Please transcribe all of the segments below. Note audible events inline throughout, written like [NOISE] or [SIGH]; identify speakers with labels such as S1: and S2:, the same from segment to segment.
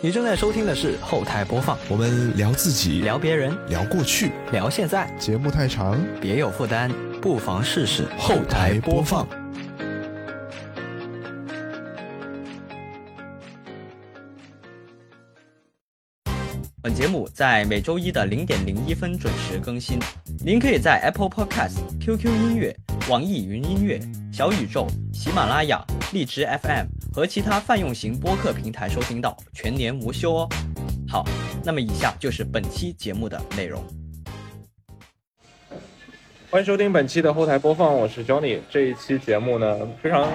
S1: 你正在收听的是后台播放，
S2: 我们聊自己，
S1: 聊别人，
S2: 聊过去，
S1: 聊现在，
S2: 节目太长，
S1: 别有负担，不妨试试后台播放。本节目在每周一的零点零一分准时更新，您可以在 Apple Podcast、QQ 音乐、网易云音乐、小宇宙、喜马拉雅、荔枝 FM 和其他泛用型播客平台收听到，全年无休哦。好，那么以下就是本期节目的内容。
S3: 欢迎收听本期的后台播放，我是 Johnny。这一期节目呢非常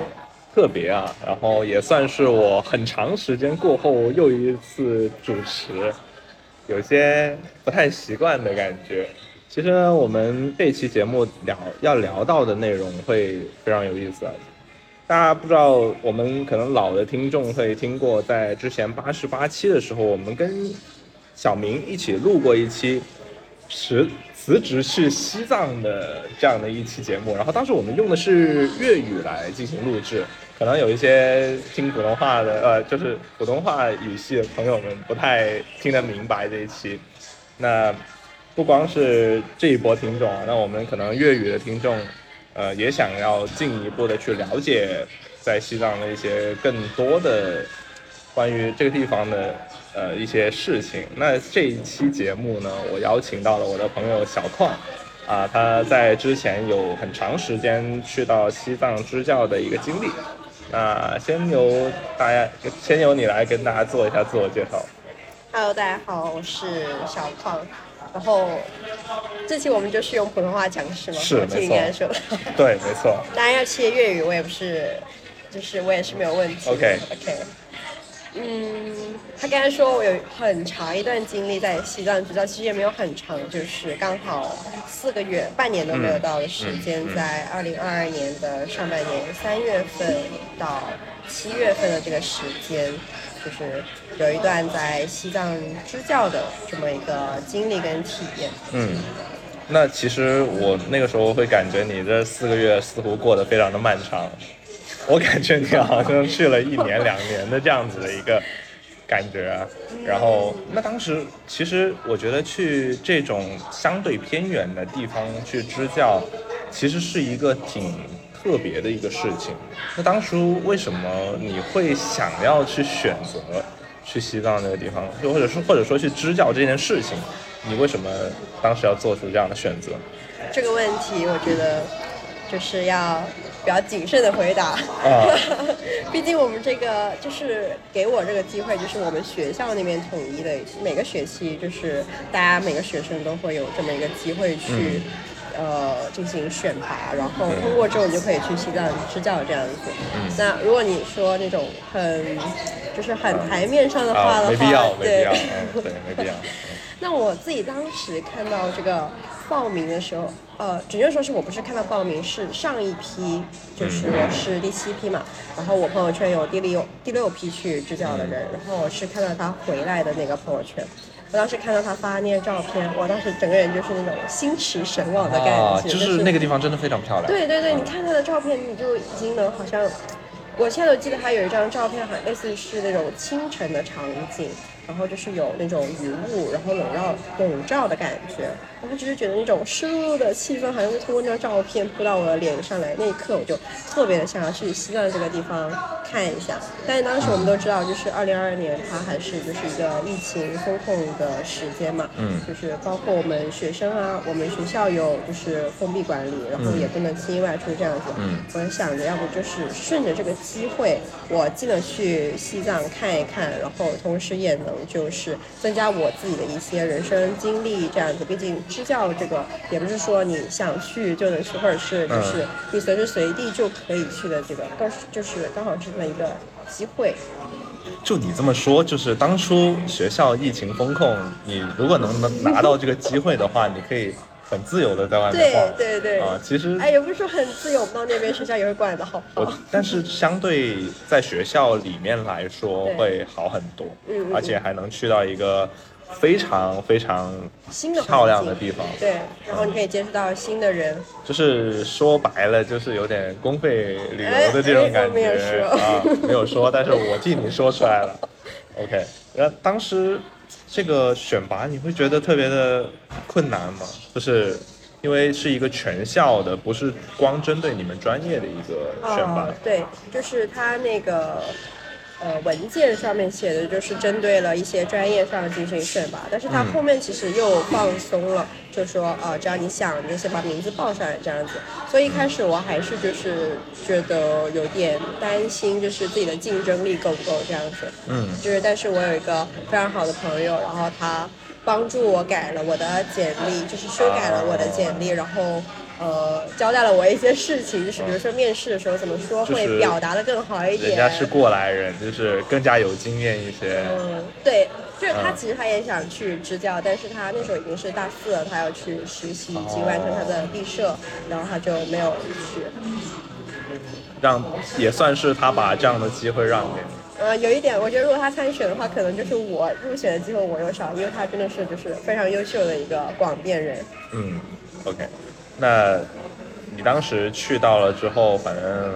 S3: 特别啊，然后也算是我很长时间过后又一次主持。有些不太习惯的感觉。其实呢，我们这期节目聊要聊到的内容会非常有意思啊。大家不知道，我们可能老的听众会听过，在之前八十八期的时候，我们跟小明一起录过一期辞辞职去西藏的这样的一期节目。然后当时我们用的是粤语来进行录制，可能有一些听普通话的，呃，就是普通话语系的朋友们不太听得明白这一期。那不光是这一波听众啊，那我们可能粤语的听众，呃，也想要进一步的去了解在西藏的一些更多的关于这个地方的呃一些事情。那这一期节目呢，我邀请到了我的朋友小矿，啊，他在之前有很长时间去到西藏支教的一个经历。那先由大家，先由你来跟大家做一下自我介绍。
S4: Hello，大家好，我是小胖。然后这期我们就是用普通话讲是吗？
S3: 是
S4: 我尽力
S3: 没
S4: 来
S3: 错
S4: 说。
S3: 对，没错。
S4: 当然要切粤语，我也不是，就是我也是没有问题的。
S3: OK
S4: OK。嗯，他刚才说我有很长一段经历在西藏支教，其实也没有很长，就是刚好四个月、半年都没有到的时间，
S3: 嗯嗯嗯
S4: 在二零二二年的上半年三月份到七月份的这个时间，就是有一段在西藏支教的这么一个经历跟体验。
S3: 嗯，那其实我那个时候会感觉你这四个月似乎过得非常的漫长，我感觉你好像去了一年两年的这样子的一个感觉啊。然后，那当时其实我觉得去这种相对偏远的地方去支教，其实是一个挺特别的一个事情。那当初为什么你会想要去选择去西藏那个地方，就或者说或者说去支教这件事情？你为什么当时要做出这样的选择
S4: 这个问题，我觉得就是要比较谨慎的回答。
S3: 啊？
S4: [LAUGHS] 毕竟我们这个就是给我这个机会，就是我们学校那边统一的，每个学期就是大家每个学生都会有这么一个机会
S3: 嗯
S4: 去，呃，进行选拔，然后通过之后你就可以去西藏支教这样子。
S3: 嗯
S4: 那如果你说那种很就是很台面上的话
S3: 啊，
S4: 的
S3: 没
S4: 话，
S3: 必要，没必
S4: 对
S3: 要，，嗯，对，没必
S4: [LAUGHS]
S3: 要。
S4: 那我自己当时看到这个报名的时候，呃，准确说是我不是看到报名，是上一批，
S3: 嗯
S4: 就是我是第七批嘛。然后我朋友圈有第六第六批去支教的
S3: 嗯
S4: 人，然后我是看到他回来的那个朋友圈。我当时看到他发那些照片，我当时整个人就是那种心驰神往的感觉，
S3: 啊，就是那个地方真的非常漂亮。
S4: 对对对，你看他的照片，你就已经能好像，我现在都记得他有一张照片，好像类似于是那种清晨的场景，然后就是有那种云雾，然后笼罩笼罩的感觉，然后只是觉得那种湿漉漉的气氛，好像就通过那张照片扑到我的脸上来。那一刻，我就特别的想要去西藏这个地方看一下。但是当时我们都知道，就是二零二二年，它还是就是一个疫情风控的时间嘛，
S3: 嗯
S4: 就是包括我们学生啊，我们学校有就是封闭管理，然后也不能轻易外出这样子。
S3: 嗯
S4: 我想着要不就是顺着这个机会，我既能去西藏看一看，然后同时也能就是增加我自己的一些人生经历这样子。毕竟支教这个也不是说你想去就能去，或者是
S3: 嗯
S4: 就是你随时随地就可以去的这个，都是就是刚好是这么一个机会。
S3: 就你这么说，就是当初学校疫情风控，你如果能能拿到这个机会的话，你可以很自由的在外面
S4: 对
S3: 晃。
S4: 对对
S3: 啊，其实
S4: 哎，也不是说很自由，我们到那边学校也会管的好不
S3: 我
S4: 好？
S3: 但是相对在学校里面来说
S4: 对
S3: 会好很多
S4: 嗯嗯，嗯
S3: 而且还能去到一个非常非常
S4: 新的环境
S3: 漂亮的地方。
S4: 对，然后你可以接触到新的人，
S3: 就是说白了，就是有点公费旅游的这种感觉、
S4: 哎哎我没有说
S3: 啊，没有说，但是我替你说出来了。 OK，然后当时这个选拔你会觉得特别的困难吗？就是因为是一个全校的，不是光针对你们专业的一个选拔
S4: 哦。，对，就是他那个呃文件上面写的，就是针对了一些专业上进行选拔，但是他
S3: 嗯
S4: 后面其实又放松了，就说啊、只要你想，你就先把名字报上来这样子。所以一开始我还是就是觉得有点担心，就是自己的竞争力够不够这样子。
S3: 嗯
S4: 就是但是我有一个非常好的朋友，然后他帮助我改了我的简历，就是修改了
S3: 啊
S4: 我的简历，然后呃交代了我一些事情，就是比如说面试的时候怎么说
S3: 就是
S4: 会表达的更好一点。
S3: 人家是过来人，就是更加有经验一些。
S4: 嗯，对，就是他
S3: 嗯
S4: 其实他也想去支教，但是他那时候已经是大四了，他要去实习以
S3: 哦
S4: 及完成他的毕设，然后他就没有去。
S3: 让也算是他把这样的机会让给你。
S4: 呃，有一点，我觉得如果他参选的话，可能就是我入选的机会我有少，因为他真的是就是非常优秀的一个广电人。
S3: 嗯，OK，那你当时去到了之后，反正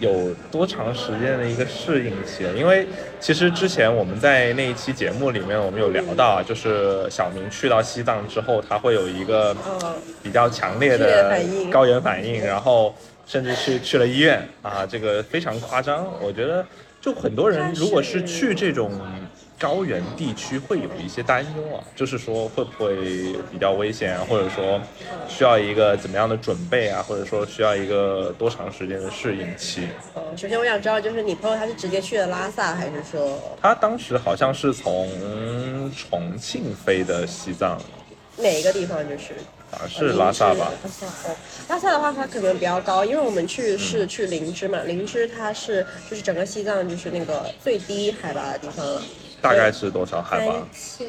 S3: 有多长时间的一个适应期？因为其实之前我们在那一期节目里面，我们有聊到啊，就是小明去到西藏之后，他会有一个
S4: 嗯，
S3: 比较强烈
S4: 剧烈的
S3: 的
S4: 反应
S3: 高原反应，然后甚至是去了医院啊，这个非常夸张。我觉得就很多人
S4: 但是
S3: 如果是去这种高原地区，会有一些担忧啊，就是说会不会比较危险啊，或者说需要一个怎么样的准备啊，或者说需要一个多长时间的适应期。
S4: 呃，首先我想知道，就是你朋友他是直接去的拉萨，还是说
S3: 他当时好像是从重庆飞的西藏，
S4: 哪个地方？就是
S3: 好像是拉萨吧？
S4: 呃林芝拉萨哦，拉萨的话，它可能比较高，因为我们
S3: 嗯
S4: 去是去林芝嘛，林芝它是就是整个西藏就是那个最低海拔的地方了，
S3: 大概是多少海
S4: 三
S3: 拔？
S4: 千。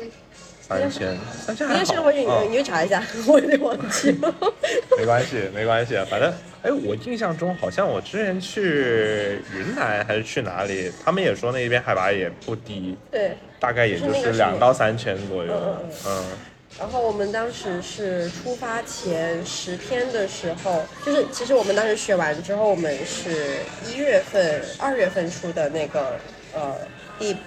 S3: 三千，三千还
S4: 应
S3: 好。
S4: 该是我你
S3: 嗯
S4: 你去查一下， [LAUGHS] 我有点忘记了。
S3: 没关系，没关系，反正哎，我印象中好像我之前去云南还是去哪里，他们也说那边海拔也不低，
S4: 对，
S3: 大概也就
S4: 就是那
S3: 是
S4: 个是
S3: 两到三千左右
S4: 嗯嗯。
S3: 嗯，
S4: 然后我们当时是出发前十天的时候，就是其实我们当时学完之后，我们是一月份、二月份出的那个呃第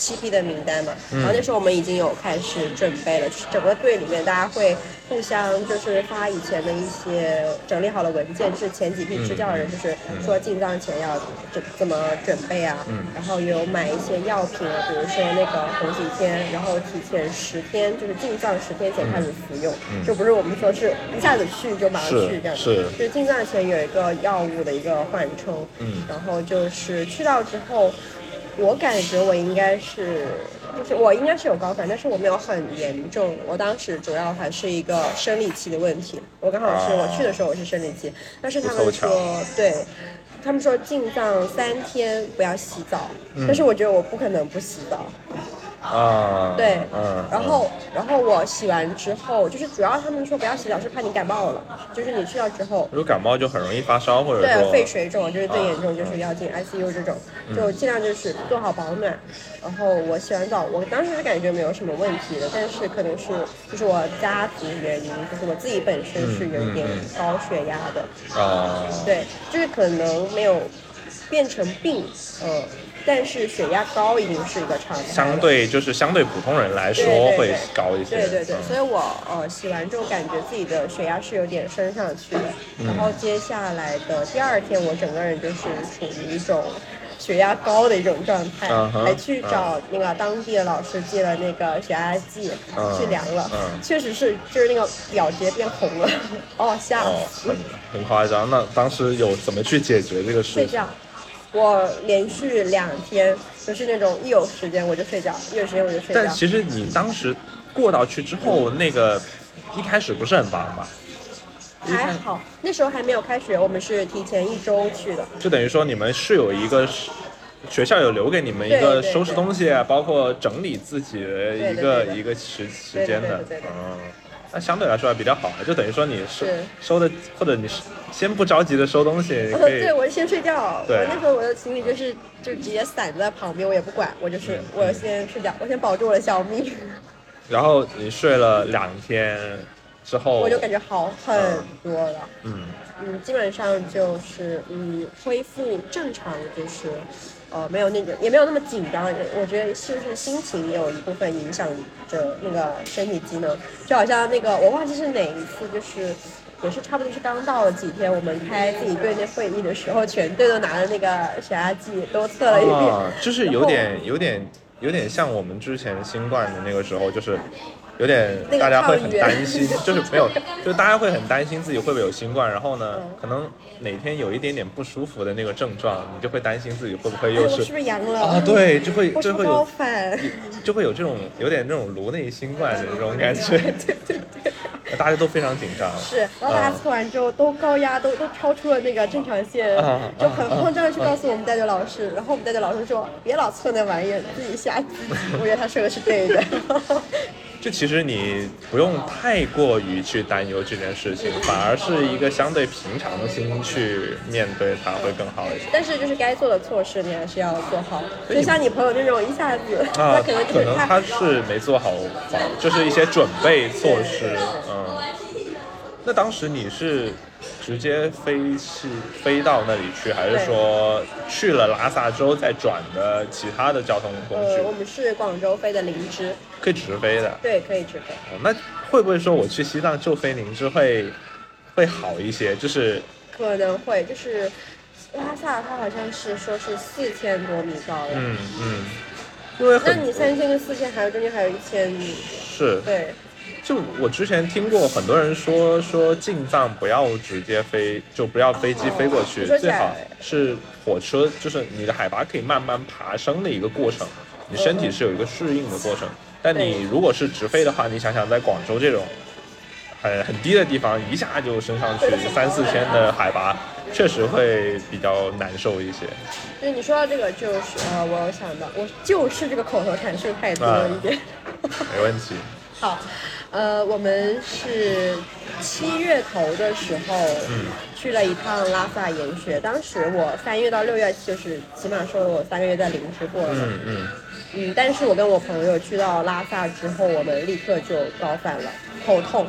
S4: 七批的名单嘛。然后那时候我们已经有开始准备了，就是整个队里面大家会互相就是发以前的一些整理好的文件，就是前几批支教
S3: 嗯
S4: 人就是说进藏前要怎怎么准备啊，
S3: 嗯
S4: 然后有买一些药品啊，比如说那个红景天，然后提前十天就是进藏十天前开始服用，就不是我们说是一下子去就马上
S3: 嗯是
S4: 去这样子，
S3: 是
S4: 就是进藏前有一个药物的一个缓冲，
S3: 嗯
S4: 然后就是去到之后，我感觉我应该是，就是我应该是有高反，但是我没有很严重。我当时主要还是一个生理期的问题，我刚好是、
S3: 啊
S4: 我去的时候我是生理期，但是他
S3: 嗯不凑
S4: 们
S3: 巧
S4: 说对。他们说进藏三天不要洗澡，但
S3: 嗯
S4: 是我觉得我不可能不洗澡，
S3: 啊，
S4: 对，
S3: 嗯，
S4: 然后然后我洗完之后，就是主要他们说不要洗澡是怕你感冒了，就是你去到之后
S3: 嗯，如果感冒就很容易发烧，或者
S4: 对，
S3: 说
S4: 肺水肿就是最严
S3: 啊嗯
S4: 重，就是要进 ICU 这种，就尽量就是做好保暖。然后我洗完澡，我当时是感觉没有什么问题的，但是可能是就是我家族原因，就是我自己本身是有一点
S3: 嗯嗯
S4: 高血压的，
S3: 啊，
S4: 对，就是可能没有变成病，呃，但是血压高已经是一个常态了。
S3: 相对就是相对普通人来说
S4: 对对
S3: 会
S4: 对
S3: 高一些，嗯
S4: 对对对，所
S3: 以
S4: 以我呃洗完之后感觉自己的血压是有点升上去的，
S3: 嗯
S4: 然后接下来的第二天我整个人就是处于一种血压高的一种状态，
S3: 嗯哼
S4: 还去找那个当地的老师借了那个血压计、
S3: 嗯
S4: 去量了，
S3: 嗯
S4: 确实是就是那个表直接变红了， [LAUGHS] 哦吓
S3: 哦，
S4: 死，
S3: 很很夸张。那当时有怎么去解决这个事
S4: 睡
S3: 情？
S4: 觉。我连续两天就是那种一有时间我就睡觉，一有时间我就睡觉。
S3: 但其实你当时过到去之后，那个一开始不是很忙吧？
S4: 还好，那时候还没有开学，我们是提前一周去的。
S3: 就等于说你们是有一个是学校有留给你们一个
S4: 对对
S3: 收拾东西啊，包括整理自己的一个
S4: 对对对
S3: 一个时时间的
S4: 对对对对对，
S3: 嗯，那相对来说还比较好，啊就等于说你收
S4: 是
S3: 收的，或者你是先不着急的收东西，你可以
S4: [LAUGHS] 对，我先睡觉。
S3: 对
S4: 我那时候我的行李就是就直接散在旁边，我也不管，我
S3: 嗯
S4: 就是我先睡觉，我先保住我的小命，
S3: 然后你睡了两天之后，
S4: [LAUGHS] 我就感觉好很多了。
S3: 嗯
S4: 嗯，基本上就是嗯恢复正常，就是呃没有那种也没有那么紧张。我觉得是不是心情也有一部分影响着那个身体机能？就好像那个我忘记是哪一次，就是也是差不多是刚到了几天，我们开自己队内会议的时候，全队都拿了那个血压计都测了一遍。
S3: 啊，就是有点有点有点像我们之前新冠的那个时候，就是有点
S4: 那个
S3: 大家会很
S4: 抗原
S3: 担心，就是
S4: [LAUGHS]
S3: 没有，就是大家会很担心自己会不会有新冠，然后呢
S4: 嗯，
S3: 可能哪天有一点点不舒服的那个症状，你就会担心自己会不会
S4: 哎
S3: 又
S4: 我
S3: 是
S4: 是不是阳了？
S3: 啊，对，就会
S4: 我是
S3: 就
S4: 不
S3: 会
S4: 是高
S3: 有
S4: 反。
S3: 就会有这种有点那种颅内新冠的这种感
S4: [LAUGHS]
S3: 觉，对对对， [LAUGHS] 大家都非常紧张，
S4: 是，然后大
S3: 嗯
S4: 家测完之后都高压，都都超出了那个正常线
S3: 啊，
S4: 就很慌张的去告诉我们带队老师，然后我们带队老师说别老测那玩意儿，自己吓自己。我觉得他说的是对的。 [LAUGHS]
S3: 就其实你不用太过于去担忧这件事情，反而是一个相对平常的心去面对它会更好一些。
S4: 但是就是该做的措施你还是要做好，
S3: 所以
S4: 就像你朋友那种一下子，
S3: 啊
S4: 那，可能就
S3: 可
S4: 是
S3: 能
S4: 他
S3: 他是没做好防，就是一些准备措施。嗯，那当时你是直接飞是飞到那里去，还是
S4: 对
S3: 说去了拉萨之后再转的其他的交通工
S4: 呃，我
S3: 具？
S4: 们是广州飞的灵芝，
S3: 可以直飞的。
S4: 对，可以直飞。
S3: 哦那会不会说我去西藏就飞灵芝会会好一些？就是
S4: 可能会就是拉萨，它好像是说是四千多米高的，
S3: 嗯嗯，因为
S4: 那
S3: 很
S4: 你三千跟四千还有中间还有一千，
S3: 是
S4: 对。
S3: 就我之前听过很多人说说进藏不要直接飞，就不要飞机飞过去，
S4: 哦你说起
S3: 最
S4: 来
S3: 好是火车，就是你的海拔可以慢慢爬升的一个过程，你身体是有一个适应的过程。但你如果是直飞的话，你想想在广州这种很很低的地方，一下就升上去三四千的海拔，确实会比较难受一些。
S4: 对你说到这个，就是呃，我有想到，我就是这个口头禅是太多
S3: 哎
S4: 了一点。
S3: 没问题，
S4: 好，呃，我们是七月头的时候、
S3: 嗯
S4: 去了一趟拉萨研学，当时我三月到六月就是起码说我三个月在灵芝过了嘛，
S3: 嗯嗯，
S4: 嗯，但是我跟我朋友去到拉萨之后，我们立刻就高反了，头痛。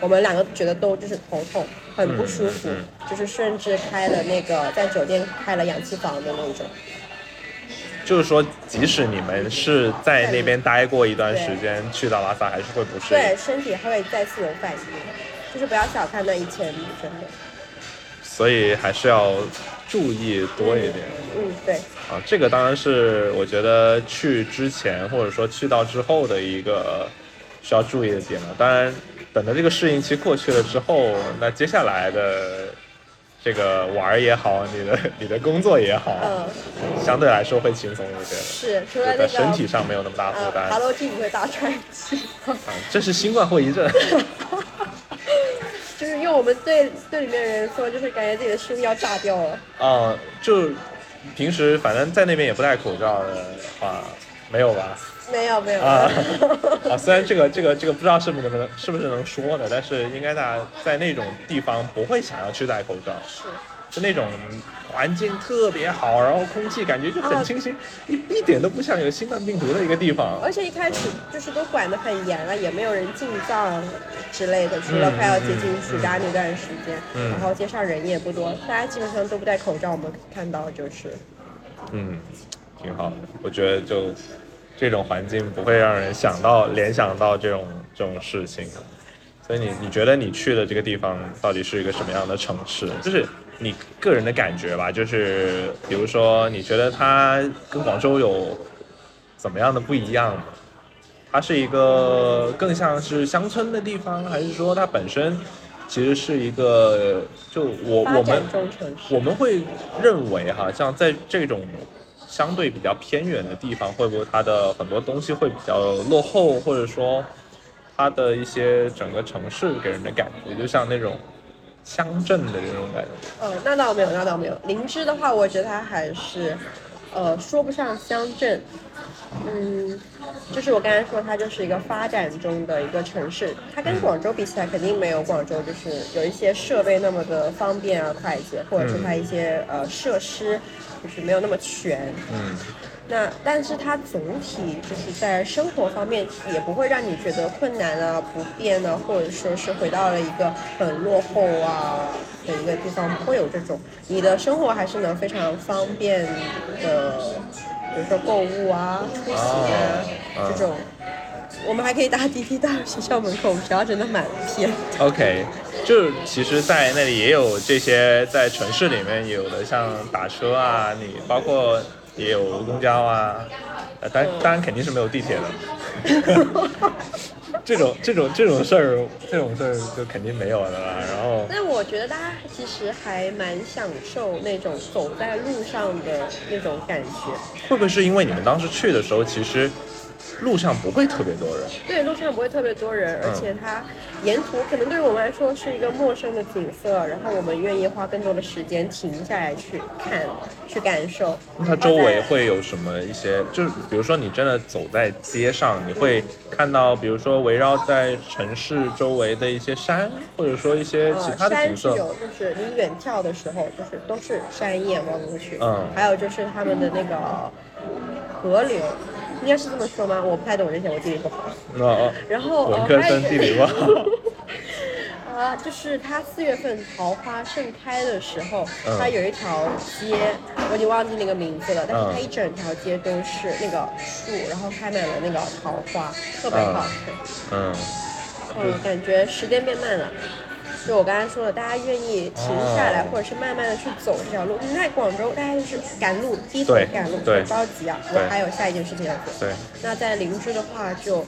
S4: 我们两个觉得都就是头痛，很不舒服，
S3: 嗯
S4: 就是甚至开了那个在酒店开了氧气房的那种。
S3: 就是说，即使你们是在那边待过一段时间，去到拉萨还是会不适应。
S4: 对，身体还会再次有反应，就是不要小看那一千米，真的。
S3: 所以还是要注意多一点
S4: 嗯，对，
S3: 啊。这个当然是我觉得去之前或者说去到之后的一个需要注意的点了。当然，等到这个适应期过去了之后，那接下来的这个玩儿也好，你的你的工作也好，
S4: 嗯，
S3: 相对来说会轻松一些的。
S4: 是，除
S3: 就
S4: 了那
S3: 在
S4: 个
S3: 身体上没有那么大负
S4: 呃
S3: 担，
S4: ，Hello Kitty 会大喘气，
S3: 啊这是新冠后遗症。
S4: [LAUGHS] 就是用我们队队里面人说，就是感觉自己的胸要炸掉了。
S3: 啊、就平时反正在那边也不戴口罩的话，没有吧？
S4: 没有没有，
S3: 啊啊，虽然这个这个这个不知道是不是能不能是不是能说的，但是应该大家在那种地方不会想要去戴口罩，
S4: 是，
S3: 就那种环境特别好，然后空气感觉就很清新，一一点都不像有新冠病毒的一个地方。
S4: 而且一开始就是都管得很严了，也没有人进藏之类的，除了快要接近暑假那段时间，
S3: 嗯
S4: 然后街上人也不多，大家基本上都不戴口罩，我们看到就是。
S3: 嗯，挺好的，我觉得就这种环境不会让人想到联想到这种这种事情。所以你你觉得你去的这个地方到底是一个什么样的城市？就是你个人的感觉吧，就是比如说你觉得它跟广州有怎么样的不一样吗？它是一个更像是乡村的地方，还是说它本身其实是一个就我
S4: 发
S3: 我
S4: 展
S3: 们
S4: 中城市，
S3: 我们会认为哈，像在这种相对比较偏远的地方，会不会它的很多东西会比较落后，或者说它的一些整个城市给人的感觉，就像那种乡镇的这种感觉。
S4: 呃，那倒没有，那倒没有。灵芝的话，我觉得它还是，呃，说不上乡镇，嗯，就是我刚才说，它就是一个发展中的一个城市。它跟广州比起来，肯定没有广州就是有一些设备那么的方便啊、快捷，或者是它一些呃设施就是没有那么全。
S3: 嗯，
S4: 那但是它总体就是在生活方面也不会让你觉得困难啊、不便啊，或者说是回到了一个很落后啊、的一个地方，不会有这种，你的生活还是能非常方便的，比如说购物啊、出行啊
S3: 啊啊
S4: 这种。我们还可以搭滴滴到学校门口，我们学校真的蛮偏。
S3: OK，就是其实，在那里也有这些，在城市里面有的，像打车啊，你包括也有公交啊，呃，当然当然肯定是没有地铁的。 [LAUGHS] 这种这种这种事儿，这种事儿就肯定没有的啦。然后
S4: 但我觉得大家其实还蛮享受那种走在路上的那种感觉，
S3: 会不会是因为你们当时去的时候，其实路上不会特别多人？
S4: 对，路上不会特别多人，而
S3: 嗯
S4: 且它沿途可能对于我们来说是一个陌生的景色，然后我们愿意花更多的时间停下来去看、去感受。
S3: 那它周围会有什么一些？就是比如说你真的走在街上，你会看到，比如说围绕在城市周围的一些山，或者说一些其
S4: 呃，
S3: 他的景
S4: 山是
S3: 色。
S4: 有，就是你远眺的时候，就是都是山野望过去，
S3: 嗯
S4: 还有就是他们的那个河流，应该是这么说吗？我不太懂这些，我地理不好。
S3: 那、哦
S4: 然后
S3: 文
S4: 呃
S3: 科
S4: 还
S3: 生
S4: 有一个
S3: 地理不好
S4: 啊，就是它四月份桃花盛开的时候，
S3: 嗯
S4: 它有一条街，我已经忘记那个名字了，但是
S3: 嗯
S4: 它一整条街都是那个树，然后开满了那个桃花，特别
S3: 嗯
S4: 好看。
S3: [LAUGHS] 嗯，
S4: 嗯，感觉时间变慢了。就我刚才说的，大家愿意停下来，
S3: 哦
S4: 或者是慢慢的去走这条路。你在广州，大家就是赶路，低头
S3: 对
S4: 赶路，
S3: 对
S4: 很着急啊，
S3: 对
S4: 我还有下一件事情要做。
S3: 对，
S4: 那在灵芝的话就，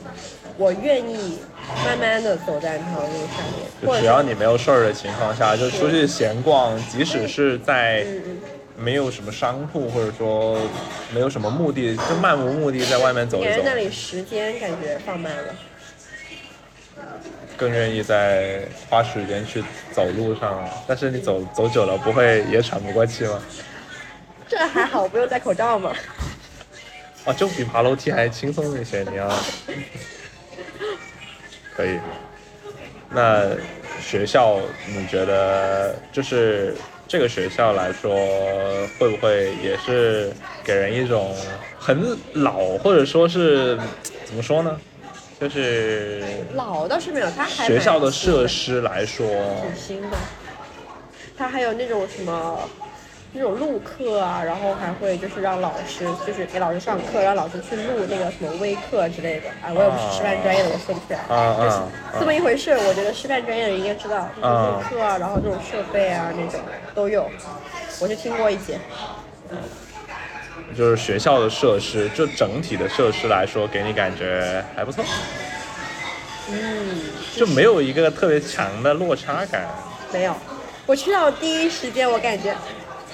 S4: 我愿意慢慢的走在那条路上面，或
S3: 就
S4: 者
S3: 只
S4: 是
S3: 要你没有事儿的情况下，就出去闲逛，即使是在
S4: 嗯嗯，
S3: 没有什么商铺或者说没有什么目的，就漫无目的在外面走一
S4: 感觉
S3: 走，
S4: 那里时间感觉放慢了。
S3: 更愿意在花时间去走路上。但是你走走久了，不会也喘不过气吗？
S4: 这还好，不用戴口罩嘛。
S3: 啊，就比爬楼梯还轻松一些，你
S4: [LAUGHS]
S3: 要可以。那学校你觉得就是这个学校来说，会不会也是给人一种很老，或者说是怎么说呢？就是
S4: 老倒是没有，它还
S3: 学校的
S4: 蛮新
S3: 设施来说，
S4: 挺新的，它还有那种什么。那种录课啊，然后还会就是让老师，就是给老师上课，让老师去录那个什么微课之类的啊。我也不是师范专业的，我说不出来。
S3: 啊啊
S4: 这么一回事，我觉得师范专业的人应该知道，就是
S3: 啊
S4: 录课啊，然后这种设备啊那种都有，我就听过一节。
S3: 就是学校的设施，就整体的设施来说，给你感觉还不错。
S4: 嗯，
S3: 就没有一个特别强的落差感。啊
S4: 没有，我去到第一时间我感觉，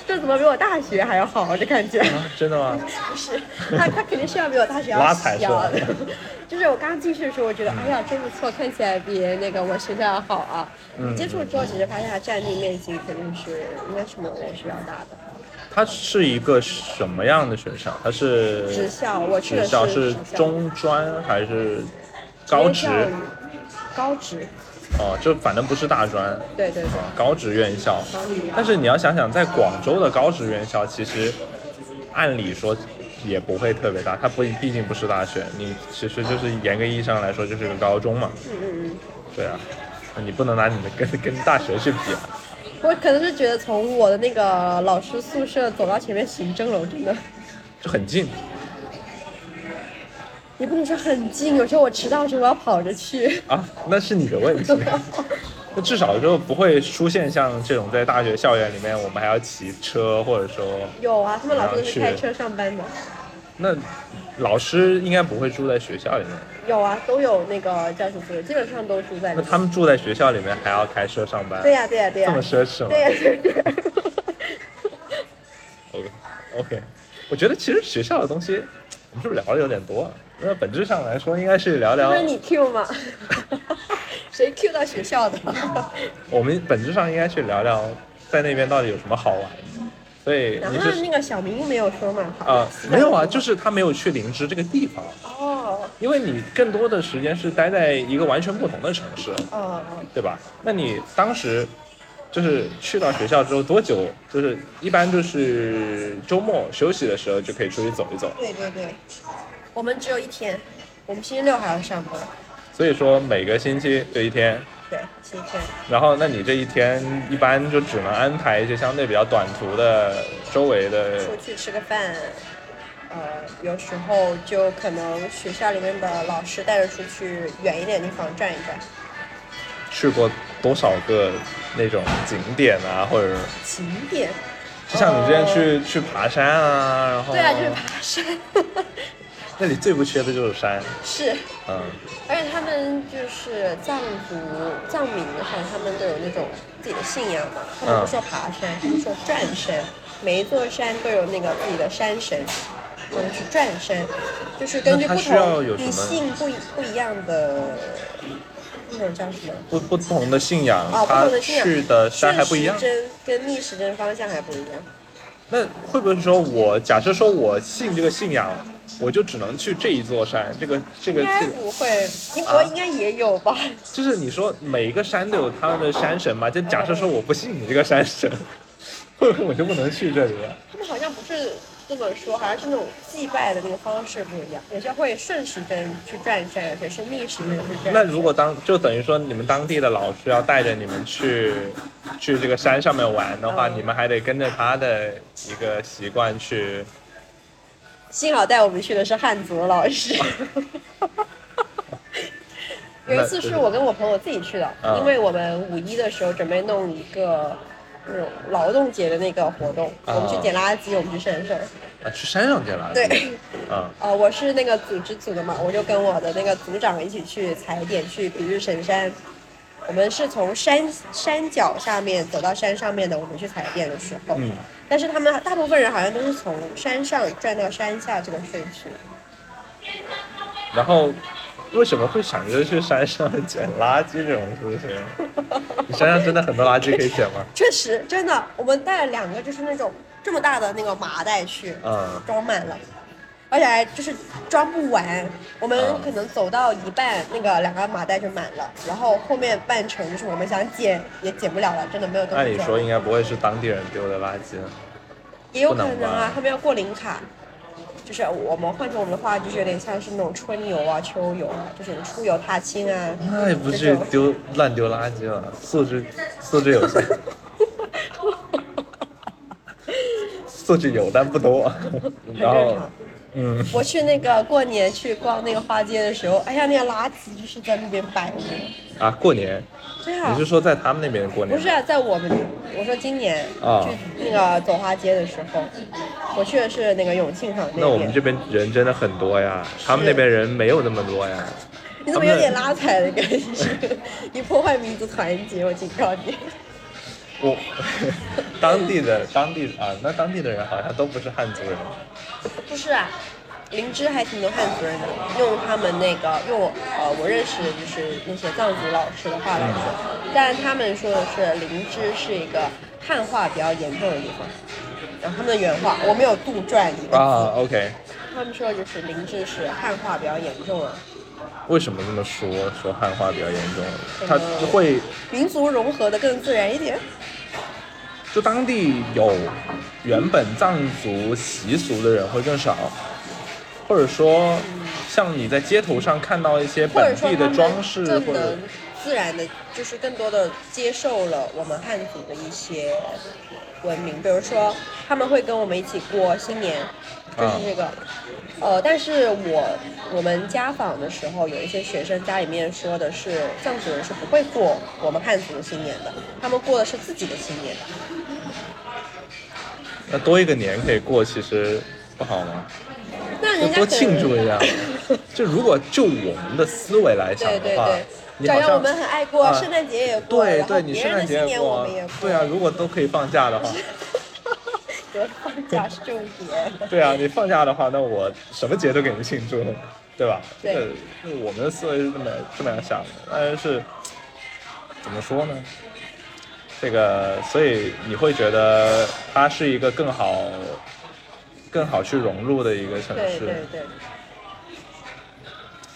S4: 这怎么比我大学还要好？这感觉。
S3: 啊，真的吗？
S4: 不是，他他肯定是要比我大学
S3: [LAUGHS] 拉
S4: 要
S3: 踩是
S4: 小
S3: 吧
S4: 的。就是我刚进去的时候，我觉得、哎呀真不错，看起来比那个我学校要好啊。
S3: 嗯
S4: 接触之后，其实发现它占地面积肯定是应该是我我学校大的。
S3: 它是一个什么样的学校？它是
S4: 职校我去的
S3: 职校
S4: 是
S3: 是
S4: 职校
S3: 中专还是高职？
S4: 职业教育，高职，
S3: 哦，就反正不是大专啊，
S4: 对对对。
S3: 高职院校。但是你要想想，在广州的高职院校，其实按理说。也不会特别大，它不毕竟不是大学，你其实就是严格意义上来说就是个高中嘛，
S4: 嗯嗯嗯，
S3: 对啊，你不能拿你的跟跟大学去比啊，
S4: 我可能是觉得从我的那个老师宿舍走到前面行政楼，真的，
S3: 就很近，
S4: 也不能说很近，有时候我迟到的时候我要跑着去。
S3: 啊，那是你的问题。 [LAUGHS] 那至少就不会出现像这种在大学校园里面，我们还要骑车，或者说，
S4: [LAUGHS] 有啊，他们老师都是
S3: 然后
S4: 开
S3: 去
S4: 车上班的。
S3: 那老师应该不会住在学校里面。
S4: 有啊，都有那个叫什么，基本上都住在里
S3: 那
S4: 面。
S3: 他们住在学校里面还要开车上班，
S4: 对呀、对呀、对呀、啊
S3: 这么奢侈吗
S4: 对呀、对 [LAUGHS] 呀、
S3: ？OK OK，我觉得其实学校的东西，我们是不是聊的有点多啊？那本质上来说，应该是聊聊
S4: 不是你 Q [LAUGHS] 吗？谁 Q 到学校 [LAUGHS] 的？
S3: 我们本质上应该去聊聊在那边到底有什么好玩的。所以
S4: 然
S3: 你
S4: 后
S3: 是
S4: 那个小明没有说嘛？好
S3: 啊、没有啊，就是他没有去灵芝这个地方。
S4: 哦，
S3: 因为你更多的时间是待在一个完全不同的城市，
S4: 哦哦，
S3: 对吧？那你当时就是去到学校之后多久？就是一般就是周末休息的时候就可以出去走一走，
S4: 对对对，我们只有一天，我们星期六还要上班。
S3: 所以说每个星期就一天，
S4: 对，新鲜。
S3: 然后，那你这一天一般就只能安排一些相对比较短途的周围的，
S4: 出去吃个饭，呃，有时候就可能学校里面的老师带着出去远一点地方转一转，
S3: 去过多少个那种景点啊，或者
S4: 景点。
S3: 就像你之前去、去爬山啊，然后
S4: 哦对啊，就是爬山， [LAUGHS]
S3: 那里最不缺的就是山，
S4: 是。
S3: 嗯，
S4: 而且他们就是藏族、藏民，好像他们都有那种自己的信仰嘛。他们不说爬山，他们说转山，每一座山都有那个自己的山神，他们是转山，就是根据
S3: 那它
S4: 不
S3: 需要
S4: 同
S3: 有什么
S4: 你信不一不一样的那种叫什么？
S3: 不不同的信仰，
S4: 哦，不
S3: 它
S4: 同的信仰，
S3: 去的山还不一样
S4: 顺。时针跟逆时针方向还不一样。
S3: 那会不会说我假设说我信这个信仰，我就只能去这一座山，这个这个
S4: 应该
S3: 这个，
S4: 不会，英
S3: 啊
S4: 国应该也有吧？
S3: 就是你说每一个山都有他们的山神嘛？就假设说我不信你这个山神， [LAUGHS] 会不会我就不能去这里了？
S4: 他们好像不是这么说，好像是那种祭拜的那个方式不一样，有些会顺时针去转一转，有些是逆时针去转。
S3: 那如果当就等于说你们当地的老师要带着你们去去这个山上面玩的话，
S4: 嗯
S3: 你们还得跟着他的一个习惯去。
S4: 幸好带我们去的是汉族老师。
S3: [LAUGHS]
S4: 有一次是我跟我朋友自己去的，
S3: 嗯
S4: 因为我们五一的时候准备弄一个那种劳动节的那个活动，
S3: 啊
S4: 我们去捡垃圾，我们去省事儿。
S3: 啊，去山上去了。
S4: 对，
S3: 啊，
S4: 呃，我是那个组织组的嘛，我就跟我的那个组长一起去踩点去比日神山。我们是从山山脚下面走到山上面的，我们去踩点的时候，
S3: 嗯，
S4: 但是他们大部分人好像都是从山上转到山下这个顺序。
S3: 然后为什么会想着去山上捡垃圾这种事情？ [LAUGHS] 你山上真的很多垃圾可以捡吗？
S4: 确实，真的，我们带了两个就是那种这么大的那个麻袋去，
S3: 嗯，
S4: 装满了。而且还就是装不完，我们
S3: 嗯
S4: 可能走到一半，那个两个麻袋就满了，然后后面半程就是我们想捡也捡不了了，真的没有东西
S3: 按理
S4: 装
S3: 说应该不会是当地人丢的垃圾。
S4: 也有可
S3: 不
S4: 能
S3: 能
S4: 啊
S3: 吧，
S4: 他们要过零卡，就是我们换成我们的话，就是有点像是那种春游啊、秋游啊，就是出游踏青啊。
S3: 那也不
S4: 这
S3: 至于 [LAUGHS]
S4: 种
S3: 丢乱丢垃圾了，素质素质有 [LAUGHS] 限，素质有但不
S4: [LAUGHS]
S3: 多。然
S4: 正
S3: 后
S4: 常，
S3: 嗯，
S4: 我去那个过年去逛那个花街的时候，哎呀，那个垃圾就是在那边摆着。
S3: 啊，过年，
S4: 对啊
S3: 你是，说在他们那边过年？
S4: 不是啊，在我们，我说今年
S3: 啊
S4: 去那个走花街的时候，我去的是那个永庆港
S3: 那我们
S4: 边。
S3: 这边人真的很多呀，他们那边人没有那么多呀。
S4: 你怎么有点拉踩的感觉？ [LAUGHS] 你破坏民族团结，我警告你。
S3: 我 [LAUGHS] 当地的当地啊，那当地的人好像都不是汉族人。
S4: 不是啊，灵芝还挺多汉族人的，用他们那个用我呃我认识的就是那些藏族老师的话来说，
S3: 嗯
S4: 但他们说的是灵芝是一个汉化比较严重的地方，然后他们的原话我没有杜撰一个字，
S3: 啊，OK，
S4: 他们说就是灵芝是汉化比较严重啊了，
S3: 为什么这么说？说汉化比较严重，
S4: 嗯
S3: 他会
S4: 民族融合的更自然一点。
S3: 就当地有原本藏族习俗的人会更少，或者说像你在街头上看到一些
S4: 或者
S3: 本
S4: 说
S3: 地
S4: 他
S3: 的
S4: 们
S3: 装饰，
S4: 更
S3: 或者
S4: 能自然的，就是更多的接受了我们汉族的一些文明，比如说他们会跟我们一起过新年，就是
S3: 啊
S4: 这个。呃，但是我我们家访的时候，有一些学生家里面说的是藏族人是不会过我们汉族的新年的，他们过的是自己的新年。
S3: 那多一个年可以过，其实不好吗？
S4: 那
S3: 就
S4: 人家
S3: 多
S4: 可能
S3: 庆祝一
S4: [LAUGHS]
S3: 下。就如果就我们的思维来想
S4: 对
S3: 的
S4: 对
S3: 话，
S4: 对，
S3: 你
S4: 照
S3: 好
S4: 样
S3: 像
S4: 我们很爱过，
S3: 啊
S4: 圣诞节也过，
S3: 对
S4: 然后
S3: 对，你
S4: 别
S3: 圣
S4: 人的
S3: 诞
S4: 新
S3: 节
S4: 年我
S3: 过
S4: 们也，
S3: 对啊，，如果都可以放假的话，
S4: 得放
S3: 啊
S4: 假是重点。
S3: [LAUGHS]
S4: [LAUGHS]
S3: 对啊，你放假的话，那我什么节都给你庆祝，对吧？
S4: 对
S3: 这个，这个我们的思维是这么这么样想的，但是怎么说呢？这个，所以你会觉得它是一个更好、更好去融入的一个城
S4: 对
S3: 市。
S4: 对对，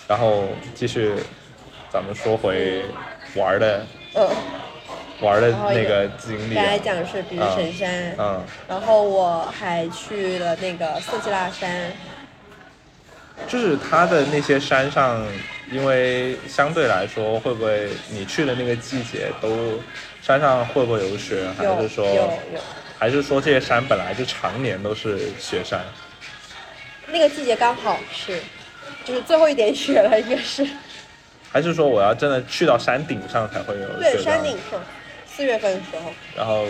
S3: 然后继续，咱们说回玩的
S4: 呃，
S3: 玩的
S4: 然后
S3: 那
S4: 有
S3: 个经历、
S4: 刚
S3: 啊。
S4: 才讲的是比如神山，
S3: 嗯，
S4: 然后我还去了那个色季腊山，
S3: 就是它的那些山上因为相对来说，会不会你去的那个季节都山上会不会有雪，还
S4: 有
S3: 是说
S4: 有有，
S3: 还是说这些山本来就常年都是雪山？
S4: 那个季节刚好是，就是最后一点雪了，应该是
S3: 还是说我要真的去到山顶上才会有
S4: 对
S3: 雪山？
S4: 山顶上，四月份的时候，
S3: 然后